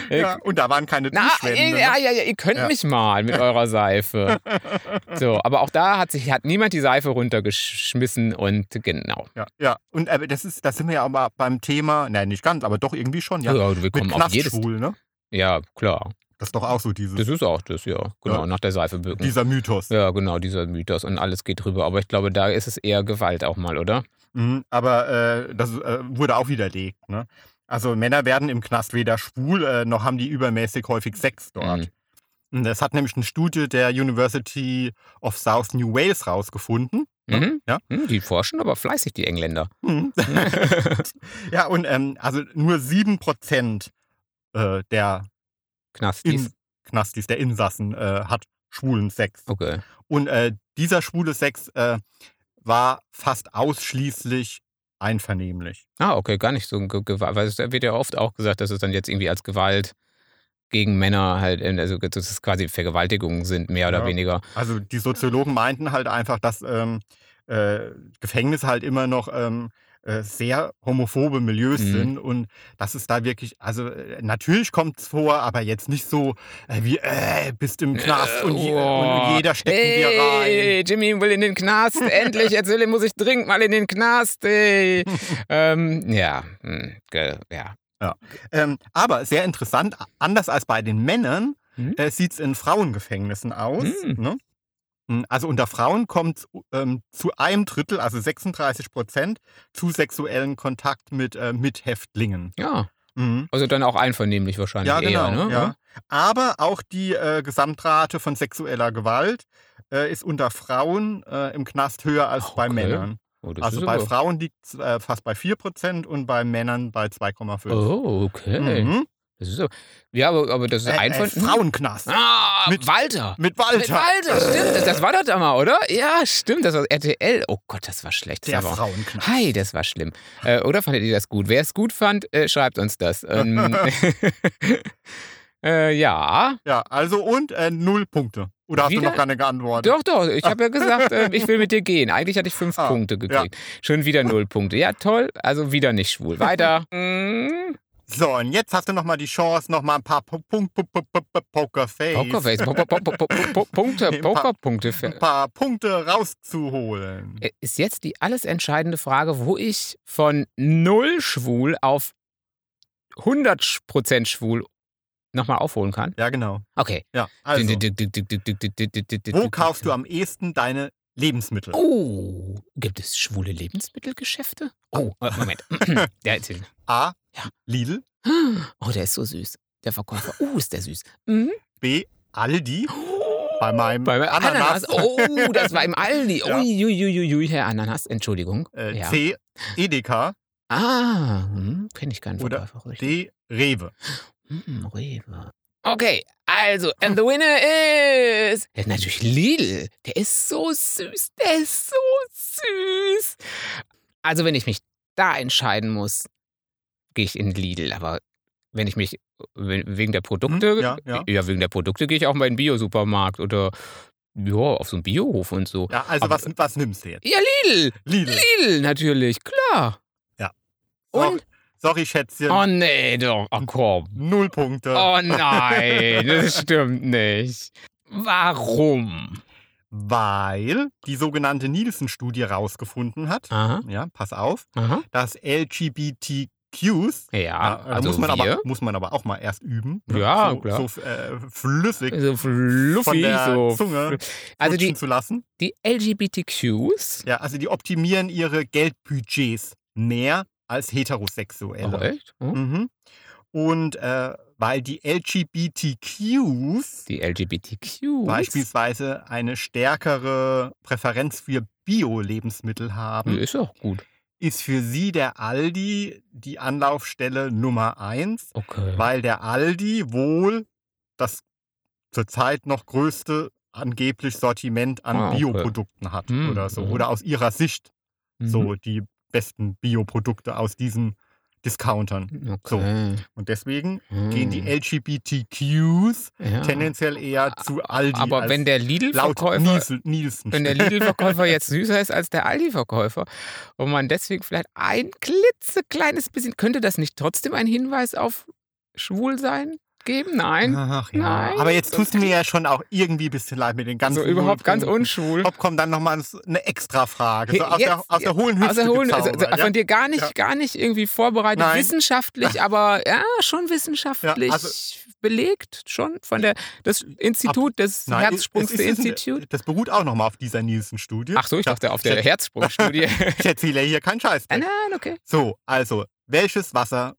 [SPEAKER 1] Ja, und da waren keine ne?
[SPEAKER 2] Na,
[SPEAKER 1] Duschwände.
[SPEAKER 2] ihr- ja, ja, ja, ihr könnt
[SPEAKER 1] Ja.
[SPEAKER 2] mich mal mit eurer Seife. So, aber auch da hat sich hat niemand die Seife runtergeschmissen und genau.
[SPEAKER 1] ja, ja. Und aber das ist, da sind wir ja aber beim Thema, nein, nicht ganz, aber doch irgendwie schon, ja.
[SPEAKER 2] wir
[SPEAKER 1] Mit
[SPEAKER 2] kommen auf jedes.
[SPEAKER 1] Knastschwul, ne?
[SPEAKER 2] Ja, klar.
[SPEAKER 1] Das ist doch auch so dieses,
[SPEAKER 2] Das ist auch das, ja. Genau,
[SPEAKER 1] Ja.
[SPEAKER 2] nach der Seife bücken.
[SPEAKER 1] dieser Mythos.
[SPEAKER 2] ja, genau, dieser Mythos und alles geht drüber. Aber ich glaube, da ist es eher Gewalt auch mal, oder?
[SPEAKER 1] Mhm, aber äh, das äh, wurde auch widerlegt, ne? Also Männer werden im Knast weder schwul, äh, noch haben die übermäßig häufig Sex dort.
[SPEAKER 2] Mhm.
[SPEAKER 1] Und Das hat nämlich eine Studie der University of South New Wales rausgefunden.
[SPEAKER 2] Mhm.
[SPEAKER 1] Ja.
[SPEAKER 2] Hm, die forschen aber fleißig, die Engländer.
[SPEAKER 1] Mhm. ja, und ähm, also nur 7% äh, der
[SPEAKER 2] Knastis.
[SPEAKER 1] in Knastis, der Insassen, äh, hat schwulen Sex.
[SPEAKER 2] Okay.
[SPEAKER 1] Und äh, dieser schwule Sex äh, war fast ausschließlich einvernehmlich.
[SPEAKER 2] Ah, okay, gar nicht so Gewalt. Weil es wird ja oft auch gesagt, dass es dann jetzt irgendwie als Gewalt gegen Männer halt, ähm, also dass es quasi Vergewaltigungen sind, mehr oder
[SPEAKER 1] Ja.
[SPEAKER 2] weniger.
[SPEAKER 1] Also die Soziologen meinten halt einfach, dass ähm, äh, Gefängnisse halt immer noch ähm, äh, sehr homophobe Milieus
[SPEAKER 2] Mhm.
[SPEAKER 1] sind und das ist da wirklich, also äh, natürlich kommt es vor, aber jetzt nicht so äh, wie, äh, bist im Knast und, je, und jeder steckt dir rein.
[SPEAKER 2] oh, Hey, Jimmy will in den Knast, endlich, jetzt will, muss ich dringend mal in den Knast. Ey. ähm, ja, hm, ge- ja.
[SPEAKER 1] Ähm, aber sehr interessant, anders als bei den Männern
[SPEAKER 2] Mhm.
[SPEAKER 1] äh, sieht es in Frauengefängnissen aus.
[SPEAKER 2] Mhm.
[SPEAKER 1] Ne? Also unter Frauen kommt ähm, zu einem Drittel, also 36 Prozent, zu sexuellen Kontakt mit äh, Mithäftlingen.
[SPEAKER 2] Ja.
[SPEAKER 1] Mhm.
[SPEAKER 2] Also dann auch einvernehmlich wahrscheinlich.
[SPEAKER 1] Ja, genau.
[SPEAKER 2] Eher, ne?
[SPEAKER 1] ja. Aber auch die äh, Gesamtrate von sexueller Gewalt äh, ist unter Frauen äh, im Knast höher als bei
[SPEAKER 2] Okay.
[SPEAKER 1] Männern.
[SPEAKER 2] Oh, das
[SPEAKER 1] Also
[SPEAKER 2] ist
[SPEAKER 1] bei
[SPEAKER 2] aber-
[SPEAKER 1] Frauen liegt es äh, fast bei 4% und bei Männern bei 2,5%.
[SPEAKER 2] Oh, okay. hm?
[SPEAKER 1] Mhm.
[SPEAKER 2] Das ist so. Ja, aber, aber das ist
[SPEAKER 1] Äh, äh,
[SPEAKER 2] einvernehmlich.
[SPEAKER 1] Frauenknast.
[SPEAKER 2] Ah,
[SPEAKER 1] Mit-
[SPEAKER 2] Walter.
[SPEAKER 1] Mit Walter.
[SPEAKER 2] Mit Walter, stimmt. Das, das war das da mal, oder? Ja, stimmt. Das war RTL. Oh Gott, das war schlecht.
[SPEAKER 1] Der
[SPEAKER 2] das war
[SPEAKER 1] Frauenknast.
[SPEAKER 2] Hi, das war schlimm. Äh, oder fandet ihr das gut? Wer es gut fand, äh, schreibt uns das. Ähm, äh, ja.
[SPEAKER 1] Ja, also und äh, null Punkte. Oder hast du
[SPEAKER 2] Wieder?
[SPEAKER 1] noch gar nicht geantwortet?
[SPEAKER 2] Doch, doch. Ich habe ja gesagt, äh, ich will mit dir gehen. Eigentlich hatte ich fünf
[SPEAKER 1] Ah,
[SPEAKER 2] Punkte gekriegt. Schon wieder null Punkte. Ja, toll. Also wieder nicht schwul. Weiter. Mm,
[SPEAKER 1] So, und jetzt hast du nochmal die Chance, nochmal ein paar Pu- Punk- Pu- Pu- Pu- Pu- Pokerface.
[SPEAKER 2] Pokerface. Po- po- po- po- po- po- Punkte.
[SPEAKER 1] Nee, ein paar-
[SPEAKER 2] Pokerpunkte.
[SPEAKER 1] Ein paar Punkte rauszuholen.
[SPEAKER 2] Äh, Ist jetzt die alles entscheidende Frage, wo ich von null schwul auf 100% schwul nochmal aufholen kann?
[SPEAKER 1] Ja, genau.
[SPEAKER 2] Okay.
[SPEAKER 1] Ja, also, wo
[SPEAKER 2] Wo
[SPEAKER 1] kaufst du am ehesten deine Lebensmittel?
[SPEAKER 2] Oh, gibt es schwule Lebensmittelgeschäfte? Oh, äh, Moment. der, ist-
[SPEAKER 1] A.
[SPEAKER 2] Ja.
[SPEAKER 1] Lidl.
[SPEAKER 2] oh, der ist so süß. Der Verkäufer. Oh, ist der süß. Mhm.
[SPEAKER 1] B. Aldi. Bei meinem
[SPEAKER 2] Bei
[SPEAKER 1] Hm. Ananas.
[SPEAKER 2] Ananas. Oh, das war im Aldi.
[SPEAKER 1] Ja.
[SPEAKER 2] Uiuiuiui, Herr Ananas. Entschuldigung.
[SPEAKER 1] Äh,
[SPEAKER 2] ja.
[SPEAKER 1] C. Edeka.
[SPEAKER 2] Ah, hm, kenne ich keinen
[SPEAKER 1] Oder
[SPEAKER 2] Verkäufer. richtig.
[SPEAKER 1] D. Rewe.
[SPEAKER 2] Hm, Rewe. Okay, also, and the winner is ja, natürlich Lidl. Der ist so süß, der ist so süß. Also, wenn ich mich da entscheiden muss, gehe ich in Lidl. Aber wenn ich mich we- wegen der Produkte,
[SPEAKER 1] Hm, ja, ja.
[SPEAKER 2] wegen der Produkte gehe ich auch mal in den Biosupermarkt oder ja, auf so einen Biohof und so.
[SPEAKER 1] Ja, also
[SPEAKER 2] Aber-
[SPEAKER 1] was, was nimmst du jetzt?
[SPEAKER 2] Ja, Lidl,
[SPEAKER 1] Lidl.
[SPEAKER 2] Lidl natürlich, klar.
[SPEAKER 1] Ja.
[SPEAKER 2] Und?
[SPEAKER 1] Sorry, Schätzchen.
[SPEAKER 2] Oh nee, doch, ach komm.
[SPEAKER 1] Null Punkte.
[SPEAKER 2] Oh nein, das stimmt nicht. Warum?
[SPEAKER 1] Weil die sogenannte Nielsen-Studie rausgefunden hat,
[SPEAKER 2] Aha,
[SPEAKER 1] ja, pass auf,
[SPEAKER 2] aha.
[SPEAKER 1] dass LGBTQs,
[SPEAKER 2] Ja,
[SPEAKER 1] ja, da
[SPEAKER 2] also
[SPEAKER 1] muss, man
[SPEAKER 2] wir,
[SPEAKER 1] aber, muss man aber auch mal erst üben, ne,
[SPEAKER 2] Ja,
[SPEAKER 1] so,
[SPEAKER 2] klar.
[SPEAKER 1] so äh, flüssig
[SPEAKER 2] so
[SPEAKER 1] von
[SPEAKER 2] also fluffy,
[SPEAKER 1] der
[SPEAKER 2] so.
[SPEAKER 1] Zunge
[SPEAKER 2] Also
[SPEAKER 1] flutschen
[SPEAKER 2] die,
[SPEAKER 1] zu lassen.
[SPEAKER 2] die LGBTQs.
[SPEAKER 1] Ja, also die optimieren ihre Geldbudgets mehr als heterosexuelle.
[SPEAKER 2] Oh, echt? Hm?
[SPEAKER 1] Mhm. Und äh, weil die LGBTQs
[SPEAKER 2] Die LGBTQs.
[SPEAKER 1] beispielsweise eine stärkere Präferenz für Bio-Lebensmittel
[SPEAKER 2] Die
[SPEAKER 1] haben,
[SPEAKER 2] Ist auch gut.
[SPEAKER 1] ist für sie der Aldi die Anlaufstelle Nummer eins,
[SPEAKER 2] Okay.
[SPEAKER 1] weil der Aldi wohl das zurzeit noch größte angeblich Sortiment an
[SPEAKER 2] Ah, okay.
[SPEAKER 1] Bioprodukten hat
[SPEAKER 2] Hm,
[SPEAKER 1] oder so.
[SPEAKER 2] mhm.
[SPEAKER 1] Oder aus ihrer Sicht
[SPEAKER 2] Mhm.
[SPEAKER 1] so die besten Bioprodukte aus diesen Discountern.
[SPEAKER 2] Okay.
[SPEAKER 1] Und deswegen
[SPEAKER 2] Hm.
[SPEAKER 1] gehen die LGBTQs
[SPEAKER 2] ja.
[SPEAKER 1] tendenziell eher zu Aldi.
[SPEAKER 2] Aber
[SPEAKER 1] als
[SPEAKER 2] wenn der
[SPEAKER 1] laut
[SPEAKER 2] Lidl-Verkäufer
[SPEAKER 1] Nielsen, Nielsen
[SPEAKER 2] Wenn der Lidl-Verkäufer jetzt süßer ist als der Aldi-Verkäufer und man deswegen vielleicht ein klitzekleines bisschen, könnte das nicht trotzdem ein Hinweis auf Schwulsein geben? Nein.
[SPEAKER 1] Ach ja.
[SPEAKER 2] Nein,
[SPEAKER 1] Aber jetzt
[SPEAKER 2] so
[SPEAKER 1] tust du mir ja schon auch irgendwie ein bisschen leid mit den ganzen.
[SPEAKER 2] so Also überhaupt ganz
[SPEAKER 1] Punkten.
[SPEAKER 2] unschwul.
[SPEAKER 1] Hopp, kommt dann nochmal eine extra Frage. So
[SPEAKER 2] Hey,
[SPEAKER 1] aus, der,
[SPEAKER 2] jetzt-
[SPEAKER 1] aus der hohlen Hüfte.
[SPEAKER 2] Aus der Hohen, also, also
[SPEAKER 1] gezaubert, ja?
[SPEAKER 2] von dir gar nicht,
[SPEAKER 1] Ja.
[SPEAKER 2] gar nicht irgendwie vorbereitet,
[SPEAKER 1] Nein.
[SPEAKER 2] wissenschaftlich, aber ja, schon wissenschaftlich
[SPEAKER 1] Ja, also-
[SPEAKER 2] belegt, schon von der das Institut, das
[SPEAKER 1] Nein, es ist- es ist-
[SPEAKER 2] Herzsprungsinstitut.
[SPEAKER 1] Das beruht auch nochmal auf dieser Nielsen-Studie.
[SPEAKER 2] Ach so, ich dachte auf der
[SPEAKER 1] ich-
[SPEAKER 2] Herzsprungstudie.
[SPEAKER 1] Ich erzähle ja hier keinen Scheiß.
[SPEAKER 2] Ah, Nein, okay.
[SPEAKER 1] So, also, welches Wasser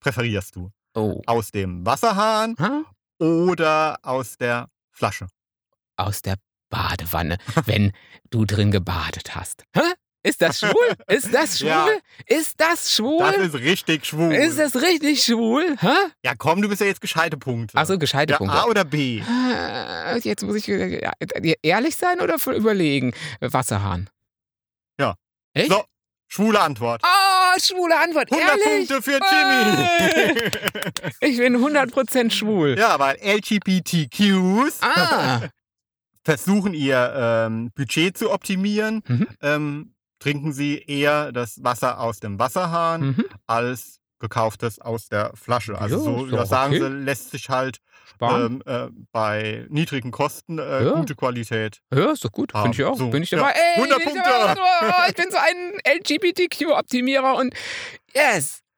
[SPEAKER 1] präferierst du?
[SPEAKER 2] Oh.
[SPEAKER 1] Aus dem Wasserhahn
[SPEAKER 2] Ha?
[SPEAKER 1] oder aus der Flasche?
[SPEAKER 2] aus der Badewanne, wenn du drin gebadet hast. Hä? Ist das schwul? Ist das schwul?
[SPEAKER 1] Ja.
[SPEAKER 2] Ist das
[SPEAKER 1] Das
[SPEAKER 2] schwul?
[SPEAKER 1] ist richtig schwul.
[SPEAKER 2] Ist das richtig schwul? Hä?
[SPEAKER 1] Ja, komm, du bist ja jetzt gescheite Punkte.
[SPEAKER 2] Achso, gescheite
[SPEAKER 1] ja,
[SPEAKER 2] Punkte.
[SPEAKER 1] A oder B?
[SPEAKER 2] Ah, Jetzt muss ich äh, ja, ehrlich sein oder für- überlegen. Äh, Wasserhahn.
[SPEAKER 1] Ja.
[SPEAKER 2] Echt?
[SPEAKER 1] So, schwule Antwort.
[SPEAKER 2] Oh, schwule Antwort.
[SPEAKER 1] 100
[SPEAKER 2] Ehrlich? Äh.
[SPEAKER 1] Punkte für Jimmy.
[SPEAKER 2] Ich bin 100% schwul.
[SPEAKER 1] ja, weil LGBTQs
[SPEAKER 2] Ah.
[SPEAKER 1] versuchen ihr ähm, Budget zu optimieren,
[SPEAKER 2] Mhm.
[SPEAKER 1] ähm, trinken sie eher das Wasser aus dem Wasserhahn
[SPEAKER 2] Mhm.
[SPEAKER 1] als gekauftes aus der Flasche. Also
[SPEAKER 2] Ja,
[SPEAKER 1] so
[SPEAKER 2] ist doch
[SPEAKER 1] ja, sagen
[SPEAKER 2] okay.
[SPEAKER 1] sie, lässt sich halt
[SPEAKER 2] Sparen.
[SPEAKER 1] ähm, äh, bei niedrigen Kosten äh,
[SPEAKER 2] Ja.
[SPEAKER 1] gute Qualität.
[SPEAKER 2] Ja, ist doch gut.
[SPEAKER 1] haben.
[SPEAKER 2] Finde ich auch.
[SPEAKER 1] ah, So,
[SPEAKER 2] bin ich
[SPEAKER 1] ja.
[SPEAKER 2] dabei. Ey,
[SPEAKER 1] 100
[SPEAKER 2] bin ich,
[SPEAKER 1] Punkte.
[SPEAKER 2] dabei. Oh, ich bin so ein LGBTQ-Optimierer und yes.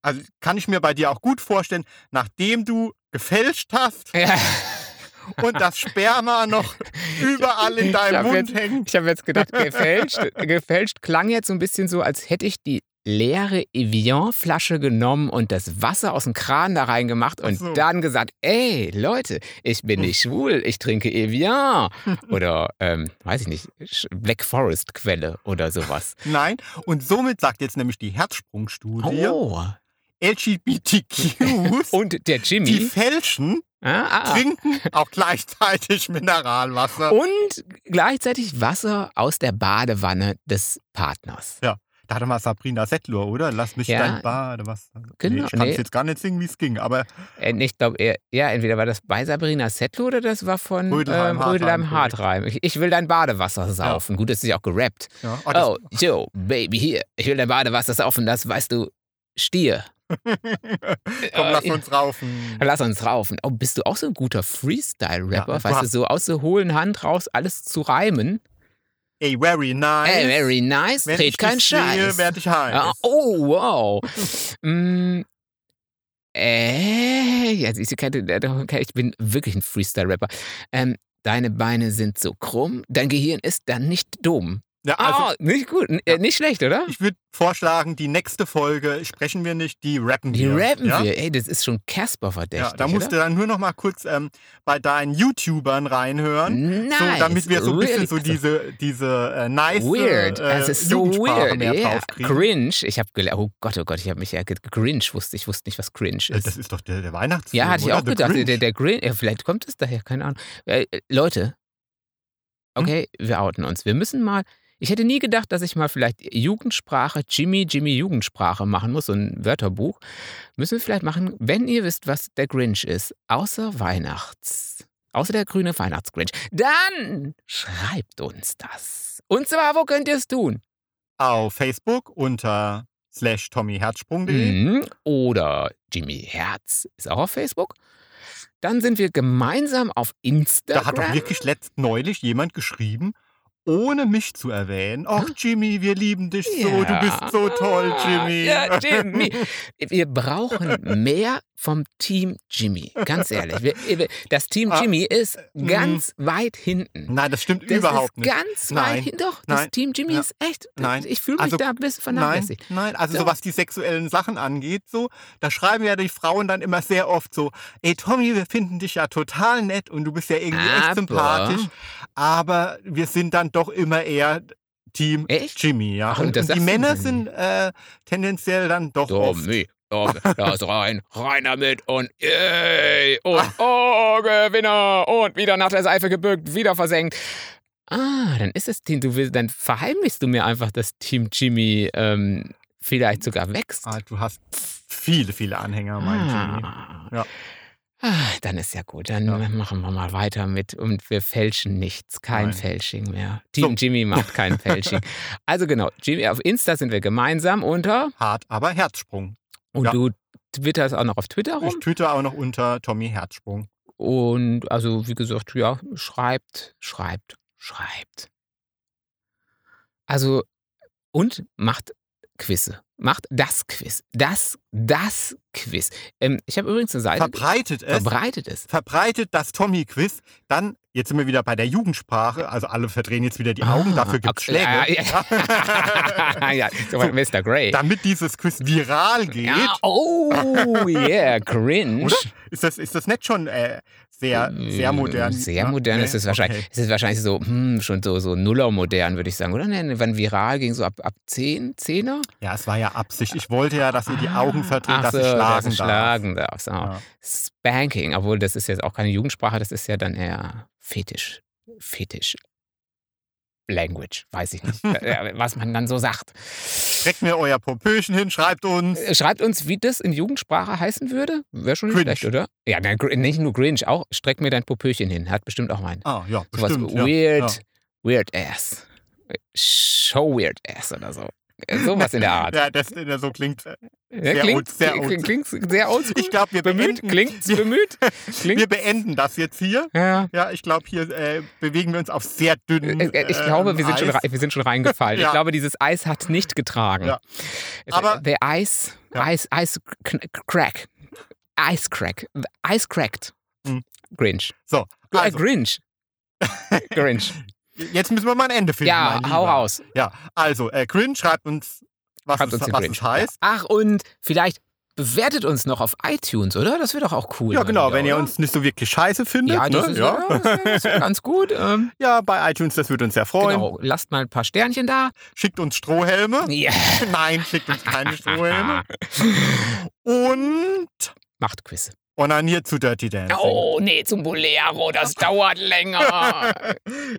[SPEAKER 1] Also kann ich mir bei dir auch gut vorstellen, nachdem du gefälscht hast,
[SPEAKER 2] Ja.
[SPEAKER 1] und das Sperma noch überall in
[SPEAKER 2] Ich
[SPEAKER 1] deinem
[SPEAKER 2] hab
[SPEAKER 1] Mund
[SPEAKER 2] jetzt-
[SPEAKER 1] hängt.
[SPEAKER 2] Ich habe jetzt gedacht, gefälscht. gefälscht klang jetzt so ein bisschen so, als hätte ich die leere Evian-Flasche genommen und das Wasser aus dem Kran da reingemacht und
[SPEAKER 1] Ach so.
[SPEAKER 2] dann gesagt, ey Leute, ich bin nicht schwul, ich trinke Evian. Oder, ähm, weiß ich nicht, Sch- Black Forest Quelle oder sowas.
[SPEAKER 1] Nein, und somit sagt jetzt nämlich die Herzsprungstudie,
[SPEAKER 2] Oh.
[SPEAKER 1] LGBTQs,
[SPEAKER 2] Und der
[SPEAKER 1] die
[SPEAKER 2] Jimmy.
[SPEAKER 1] fälschen,
[SPEAKER 2] Ah, Oh. ah.
[SPEAKER 1] trinken auch gleichzeitig Mineralwasser.
[SPEAKER 2] Und gleichzeitig Wasser aus der Badewanne des Partners.
[SPEAKER 1] Da hatte mal Sabrina Settlur, oder? Lass mich
[SPEAKER 2] Ja.
[SPEAKER 1] dein Badewasser. Also, nee,
[SPEAKER 2] Genau,
[SPEAKER 1] ich kann
[SPEAKER 2] nee.
[SPEAKER 1] es jetzt gar nicht singen, wie es ging, aber
[SPEAKER 2] Äh, nee, Ich glaube, ja, entweder war das bei Sabrina Settler oder das war von
[SPEAKER 1] Rödelheim,
[SPEAKER 2] ähm,
[SPEAKER 1] Hartheim,
[SPEAKER 2] Rödelheim
[SPEAKER 1] korrekt.
[SPEAKER 2] Hartreim. Ich, ich will dein Badewasser saufen. Gut, das ist ja auch gerappt.
[SPEAKER 1] ja.
[SPEAKER 2] Oh,
[SPEAKER 1] Oh, das,
[SPEAKER 2] Joe, Baby, hier. Ich will dein Badewasser saufen, das weißt du. Stier,
[SPEAKER 1] komm,
[SPEAKER 2] äh,
[SPEAKER 1] lass
[SPEAKER 2] ja.
[SPEAKER 1] uns raufen.
[SPEAKER 2] lass uns raufen. Oh, bist du auch so ein guter Freestyle-Rapper?
[SPEAKER 1] Mhm. Ja, du
[SPEAKER 2] weißt du,
[SPEAKER 1] hast-
[SPEAKER 2] so aus der hohlen Hand raus alles zu reimen?
[SPEAKER 1] Ey, very nice.
[SPEAKER 2] Ey, very nice,
[SPEAKER 1] Wenn ich
[SPEAKER 2] dreht keinen
[SPEAKER 1] dich sehe,
[SPEAKER 2] Scheiß.
[SPEAKER 1] werde ich heiß.
[SPEAKER 2] Ah, oh, wow. mm, äh, ja, siehst du, keine- der- der- keine- ich bin wirklich ein Freestyle-Rapper. Ähm, deine Beine sind so krumm, dein Gehirn ist dann nicht dumm.
[SPEAKER 1] Ja, also,
[SPEAKER 2] Ah, nicht gut, n-
[SPEAKER 1] Ja.
[SPEAKER 2] äh, nicht schlecht, oder?
[SPEAKER 1] ich würde vorschlagen, die nächste Folge sprechen wir nicht, die rappen
[SPEAKER 2] Die
[SPEAKER 1] wir.
[SPEAKER 2] rappen
[SPEAKER 1] ja?
[SPEAKER 2] wir. Ey, das ist schon Casper-verdächtig.
[SPEAKER 1] Ja, da musst du dann nur noch mal kurz ähm, bei deinen YouTubern
[SPEAKER 2] oder?
[SPEAKER 1] reinhören.
[SPEAKER 2] Nice.
[SPEAKER 1] So, damit wir so ein bisschen
[SPEAKER 2] really-
[SPEAKER 1] so diese, diese äh, nice
[SPEAKER 2] Weird,
[SPEAKER 1] äh,
[SPEAKER 2] es ist so
[SPEAKER 1] Jugendsprache
[SPEAKER 2] weird,
[SPEAKER 1] mehr
[SPEAKER 2] yeah.
[SPEAKER 1] draufkriegen.
[SPEAKER 2] Cringe, ich habe gelernt, oh Gott, oh Gott, ich habe mich ja ge- cringe wusste, ich wusste nicht, was cringe
[SPEAKER 1] Äh,
[SPEAKER 2] ist.
[SPEAKER 1] Das ist doch der, der Weihnachtsfilm,
[SPEAKER 2] Ja, hatte ich
[SPEAKER 1] oder?
[SPEAKER 2] auch
[SPEAKER 1] The
[SPEAKER 2] gedacht.
[SPEAKER 1] Grinch.
[SPEAKER 2] Der, der Grin, ja, vielleicht kommt es daher, keine Ahnung. Äh, äh, Leute,
[SPEAKER 1] Hm?
[SPEAKER 2] okay, wir outen uns. Wir müssen mal. Ich hätte nie gedacht, dass ich mal vielleicht Jugendsprache, Jimmy, Jimmy Jugendsprache machen muss, so ein Wörterbuch. Müssen wir vielleicht machen, wenn ihr wisst, was der Grinch ist, außer Weihnachts, außer der grüne Weihnachtsgrinch, dann schreibt uns das. Und zwar, wo könnt ihr es tun?
[SPEAKER 1] Auf Facebook unter slash tommyherzsprung.de.
[SPEAKER 2] Mhm. Oder Jimmy Herz ist auch auf Facebook. Dann sind wir gemeinsam auf Instagram.
[SPEAKER 1] Da hat doch wirklich letzt neulich jemand geschrieben, ohne mich zu erwähnen. Ach, Jimmy, wir lieben dich so, du
[SPEAKER 2] Ja.
[SPEAKER 1] bist so toll, Jimmy.
[SPEAKER 2] Ja, Jimmy. Wir brauchen mehr vom Team Jimmy. Ganz ehrlich. Wir, wir- das Team
[SPEAKER 1] Ah,
[SPEAKER 2] Jimmy ist
[SPEAKER 1] mm.
[SPEAKER 2] ganz weit hinten.
[SPEAKER 1] Nein, das stimmt
[SPEAKER 2] Das
[SPEAKER 1] überhaupt
[SPEAKER 2] ist
[SPEAKER 1] nicht.
[SPEAKER 2] ganz
[SPEAKER 1] Nein.
[SPEAKER 2] weit hinten. Doch, das
[SPEAKER 1] Nein.
[SPEAKER 2] Team Jimmy
[SPEAKER 1] Ja.
[SPEAKER 2] ist echt.
[SPEAKER 1] Nein.
[SPEAKER 2] Ich fühle mich
[SPEAKER 1] Also,
[SPEAKER 2] da ein
[SPEAKER 1] Nein,
[SPEAKER 2] bisschen vernachlässigt.
[SPEAKER 1] nein, also
[SPEAKER 2] Doch.
[SPEAKER 1] so was die sexuellen Sachen angeht, so, da schreiben ja die Frauen dann immer sehr oft so, ey Tommy, wir finden dich ja total nett und du bist ja irgendwie
[SPEAKER 2] Aber-
[SPEAKER 1] echt sympathisch, aber wir sind dann doch immer eher Team
[SPEAKER 2] Echt?
[SPEAKER 1] Jimmy, ja.
[SPEAKER 2] Ach, und
[SPEAKER 1] und
[SPEAKER 2] das
[SPEAKER 1] und die
[SPEAKER 2] sagst du
[SPEAKER 1] Männer
[SPEAKER 2] denn?
[SPEAKER 1] sind äh, tendenziell dann doch oft.
[SPEAKER 2] Tommy. Tommy, lass rein, rein damit und yay!
[SPEAKER 1] Ah.
[SPEAKER 2] Und oh, Gewinner! Und wieder nach der Seife gebückt, wieder versenkt. Ah, dann ist das Team, du willst, dann verheimlichst du mir einfach, dass Team Jimmy ähm, vielleicht sogar wächst.
[SPEAKER 1] Ah, du hast viele, viele Anhänger, mein Jimmy.
[SPEAKER 2] Ah.
[SPEAKER 1] Ja.
[SPEAKER 2] Ah, dann ist ja gut, dann
[SPEAKER 1] Ja.
[SPEAKER 2] machen wir mal weiter mit und wir fälschen nichts, kein
[SPEAKER 1] Nein.
[SPEAKER 2] Fälsching mehr. Team
[SPEAKER 1] So.
[SPEAKER 2] Jimmy macht kein Fälsching. also genau, Jimmy, auf Insta sind wir gemeinsam unter
[SPEAKER 1] Hart, aber Herzsprung.
[SPEAKER 2] und
[SPEAKER 1] Ja.
[SPEAKER 2] du twitterst auch noch auf Twitter rum.
[SPEAKER 1] Ich twitter auch noch unter Tommy Herzsprung.
[SPEAKER 2] Und also, wie gesagt, ja, schreibt, schreibt, schreibt. Also, und macht Quizze. Macht das Quiz. Das, das Quiz. Ähm, ich habe übrigens eine Seite.
[SPEAKER 1] Verbreitet es.
[SPEAKER 2] verbreitet es.
[SPEAKER 1] verbreitet das Tommy-Quiz, dann, jetzt sind wir wieder bei der Jugendsprache, also alle verdrehen jetzt wieder die Augen, dafür gibt es
[SPEAKER 2] okay.
[SPEAKER 1] Schläge.
[SPEAKER 2] Ah, Ja, ja. ja so,
[SPEAKER 1] So,
[SPEAKER 2] Mr. Grey.
[SPEAKER 1] Damit dieses Quiz viral geht,
[SPEAKER 2] Ja, oh, yeah, cringe.
[SPEAKER 1] Oder? ist, das, ist das nicht schon äh, sehr, sehr
[SPEAKER 2] Mm,
[SPEAKER 1] modern?
[SPEAKER 2] Sehr
[SPEAKER 1] Ja,
[SPEAKER 2] modern
[SPEAKER 1] nee,
[SPEAKER 2] ist es wahrscheinlich.
[SPEAKER 1] okay.
[SPEAKER 2] Es ist wahrscheinlich so, hm, schon so, so Nuller-modern, würde ich sagen, oder? Nee, wann viral ging so ab, ab 10, 10er?
[SPEAKER 1] Ja, es war ja Absicht. Ich wollte ja, dass ihr die
[SPEAKER 2] Ah,
[SPEAKER 1] Augen verdreht,
[SPEAKER 2] ach
[SPEAKER 1] dass
[SPEAKER 2] so,
[SPEAKER 1] ich
[SPEAKER 2] dass
[SPEAKER 1] schlagen
[SPEAKER 2] ich
[SPEAKER 1] darf.
[SPEAKER 2] schlagen darf. So.
[SPEAKER 1] Ja.
[SPEAKER 2] Spanking, obwohl das ist jetzt auch keine Jugendsprache, das ist ja dann eher Fetisch. Fetisch. Language, weiß ich nicht, äh, was man dann so sagt.
[SPEAKER 1] Schreckt mir euer Popöchen hin, schreibt uns.
[SPEAKER 2] Äh, Schreibt uns, wie das in Jugendsprache heißen würde. Wäre schon nicht
[SPEAKER 1] Cringe.
[SPEAKER 2] schlecht, oder? Ja, na, gr- nicht nur Grinch, auch streck mir dein Popöchen hin. Hat bestimmt auch meinen.
[SPEAKER 1] Ah, ja,
[SPEAKER 2] Sowas
[SPEAKER 1] bestimmt. ja,
[SPEAKER 2] weird,
[SPEAKER 1] ja.
[SPEAKER 2] weird ass. Show weird ass oder so. Äh, Sowas in der Art.
[SPEAKER 1] Ja, das, das so klingt.
[SPEAKER 2] Ja,
[SPEAKER 1] sehr
[SPEAKER 2] klingt,
[SPEAKER 1] old- sehr old.
[SPEAKER 2] klingt sehr oldschool.
[SPEAKER 1] Ich glaube, wir
[SPEAKER 2] Bemüht,
[SPEAKER 1] beenden,
[SPEAKER 2] klingt, bemüht,
[SPEAKER 1] wir
[SPEAKER 2] klingt.
[SPEAKER 1] beenden das jetzt hier.
[SPEAKER 2] Ja.
[SPEAKER 1] Ja, ich glaube, hier äh, bewegen wir uns auf sehr dünnen.
[SPEAKER 2] Äh, Ich
[SPEAKER 1] ähm,
[SPEAKER 2] glaube, wir sind, schon,
[SPEAKER 1] Eis.
[SPEAKER 2] rei- wir sind schon reingefallen. Ich
[SPEAKER 1] Ja.
[SPEAKER 2] glaube, dieses Eis hat nicht getragen.
[SPEAKER 1] Ja.
[SPEAKER 2] Es-
[SPEAKER 1] Aber-
[SPEAKER 2] The Ice,
[SPEAKER 1] Ja.
[SPEAKER 2] Ice, Ice kn- Crack. Ice Crack. The Ice cracked.
[SPEAKER 1] Mhm.
[SPEAKER 2] Grinch.
[SPEAKER 1] So,
[SPEAKER 2] Du,
[SPEAKER 1] also,
[SPEAKER 2] äh, Grinch. Grinch.
[SPEAKER 1] jetzt müssen wir mal ein Ende finden.
[SPEAKER 2] ja,
[SPEAKER 1] mein
[SPEAKER 2] hau
[SPEAKER 1] Lieber.
[SPEAKER 2] raus.
[SPEAKER 1] Ja, also, äh, Grin, schreibt uns, was,
[SPEAKER 2] Schreibt
[SPEAKER 1] es,
[SPEAKER 2] uns den
[SPEAKER 1] was
[SPEAKER 2] Grinch.
[SPEAKER 1] es heißt.
[SPEAKER 2] Ach, und vielleicht bewertet uns noch auf iTunes, oder? Das wäre doch auch cool.
[SPEAKER 1] Ja,
[SPEAKER 2] mal
[SPEAKER 1] genau,
[SPEAKER 2] wieder,
[SPEAKER 1] wenn ihr
[SPEAKER 2] oder?
[SPEAKER 1] uns nicht so wirklich scheiße findet.
[SPEAKER 2] Ja, das
[SPEAKER 1] ne?
[SPEAKER 2] ist
[SPEAKER 1] ja.
[SPEAKER 2] ja, das wär- das wär ganz gut. Ähm,
[SPEAKER 1] ja, bei iTunes, das würde uns sehr freuen.
[SPEAKER 2] genau, lasst mal ein paar Sternchen da.
[SPEAKER 1] Schickt uns Strohhelme.
[SPEAKER 2] Ja.
[SPEAKER 1] Nein, schickt uns keine Strohhelme. Und
[SPEAKER 2] Macht Quiz.
[SPEAKER 1] onaniert zu Dirty Dancing.
[SPEAKER 2] Oh, nee, zum Bolero, das dauert länger.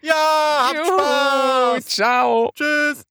[SPEAKER 1] Ja, habt
[SPEAKER 2] Juhu,
[SPEAKER 1] Spaß.
[SPEAKER 2] Ciao.
[SPEAKER 1] Tschüss.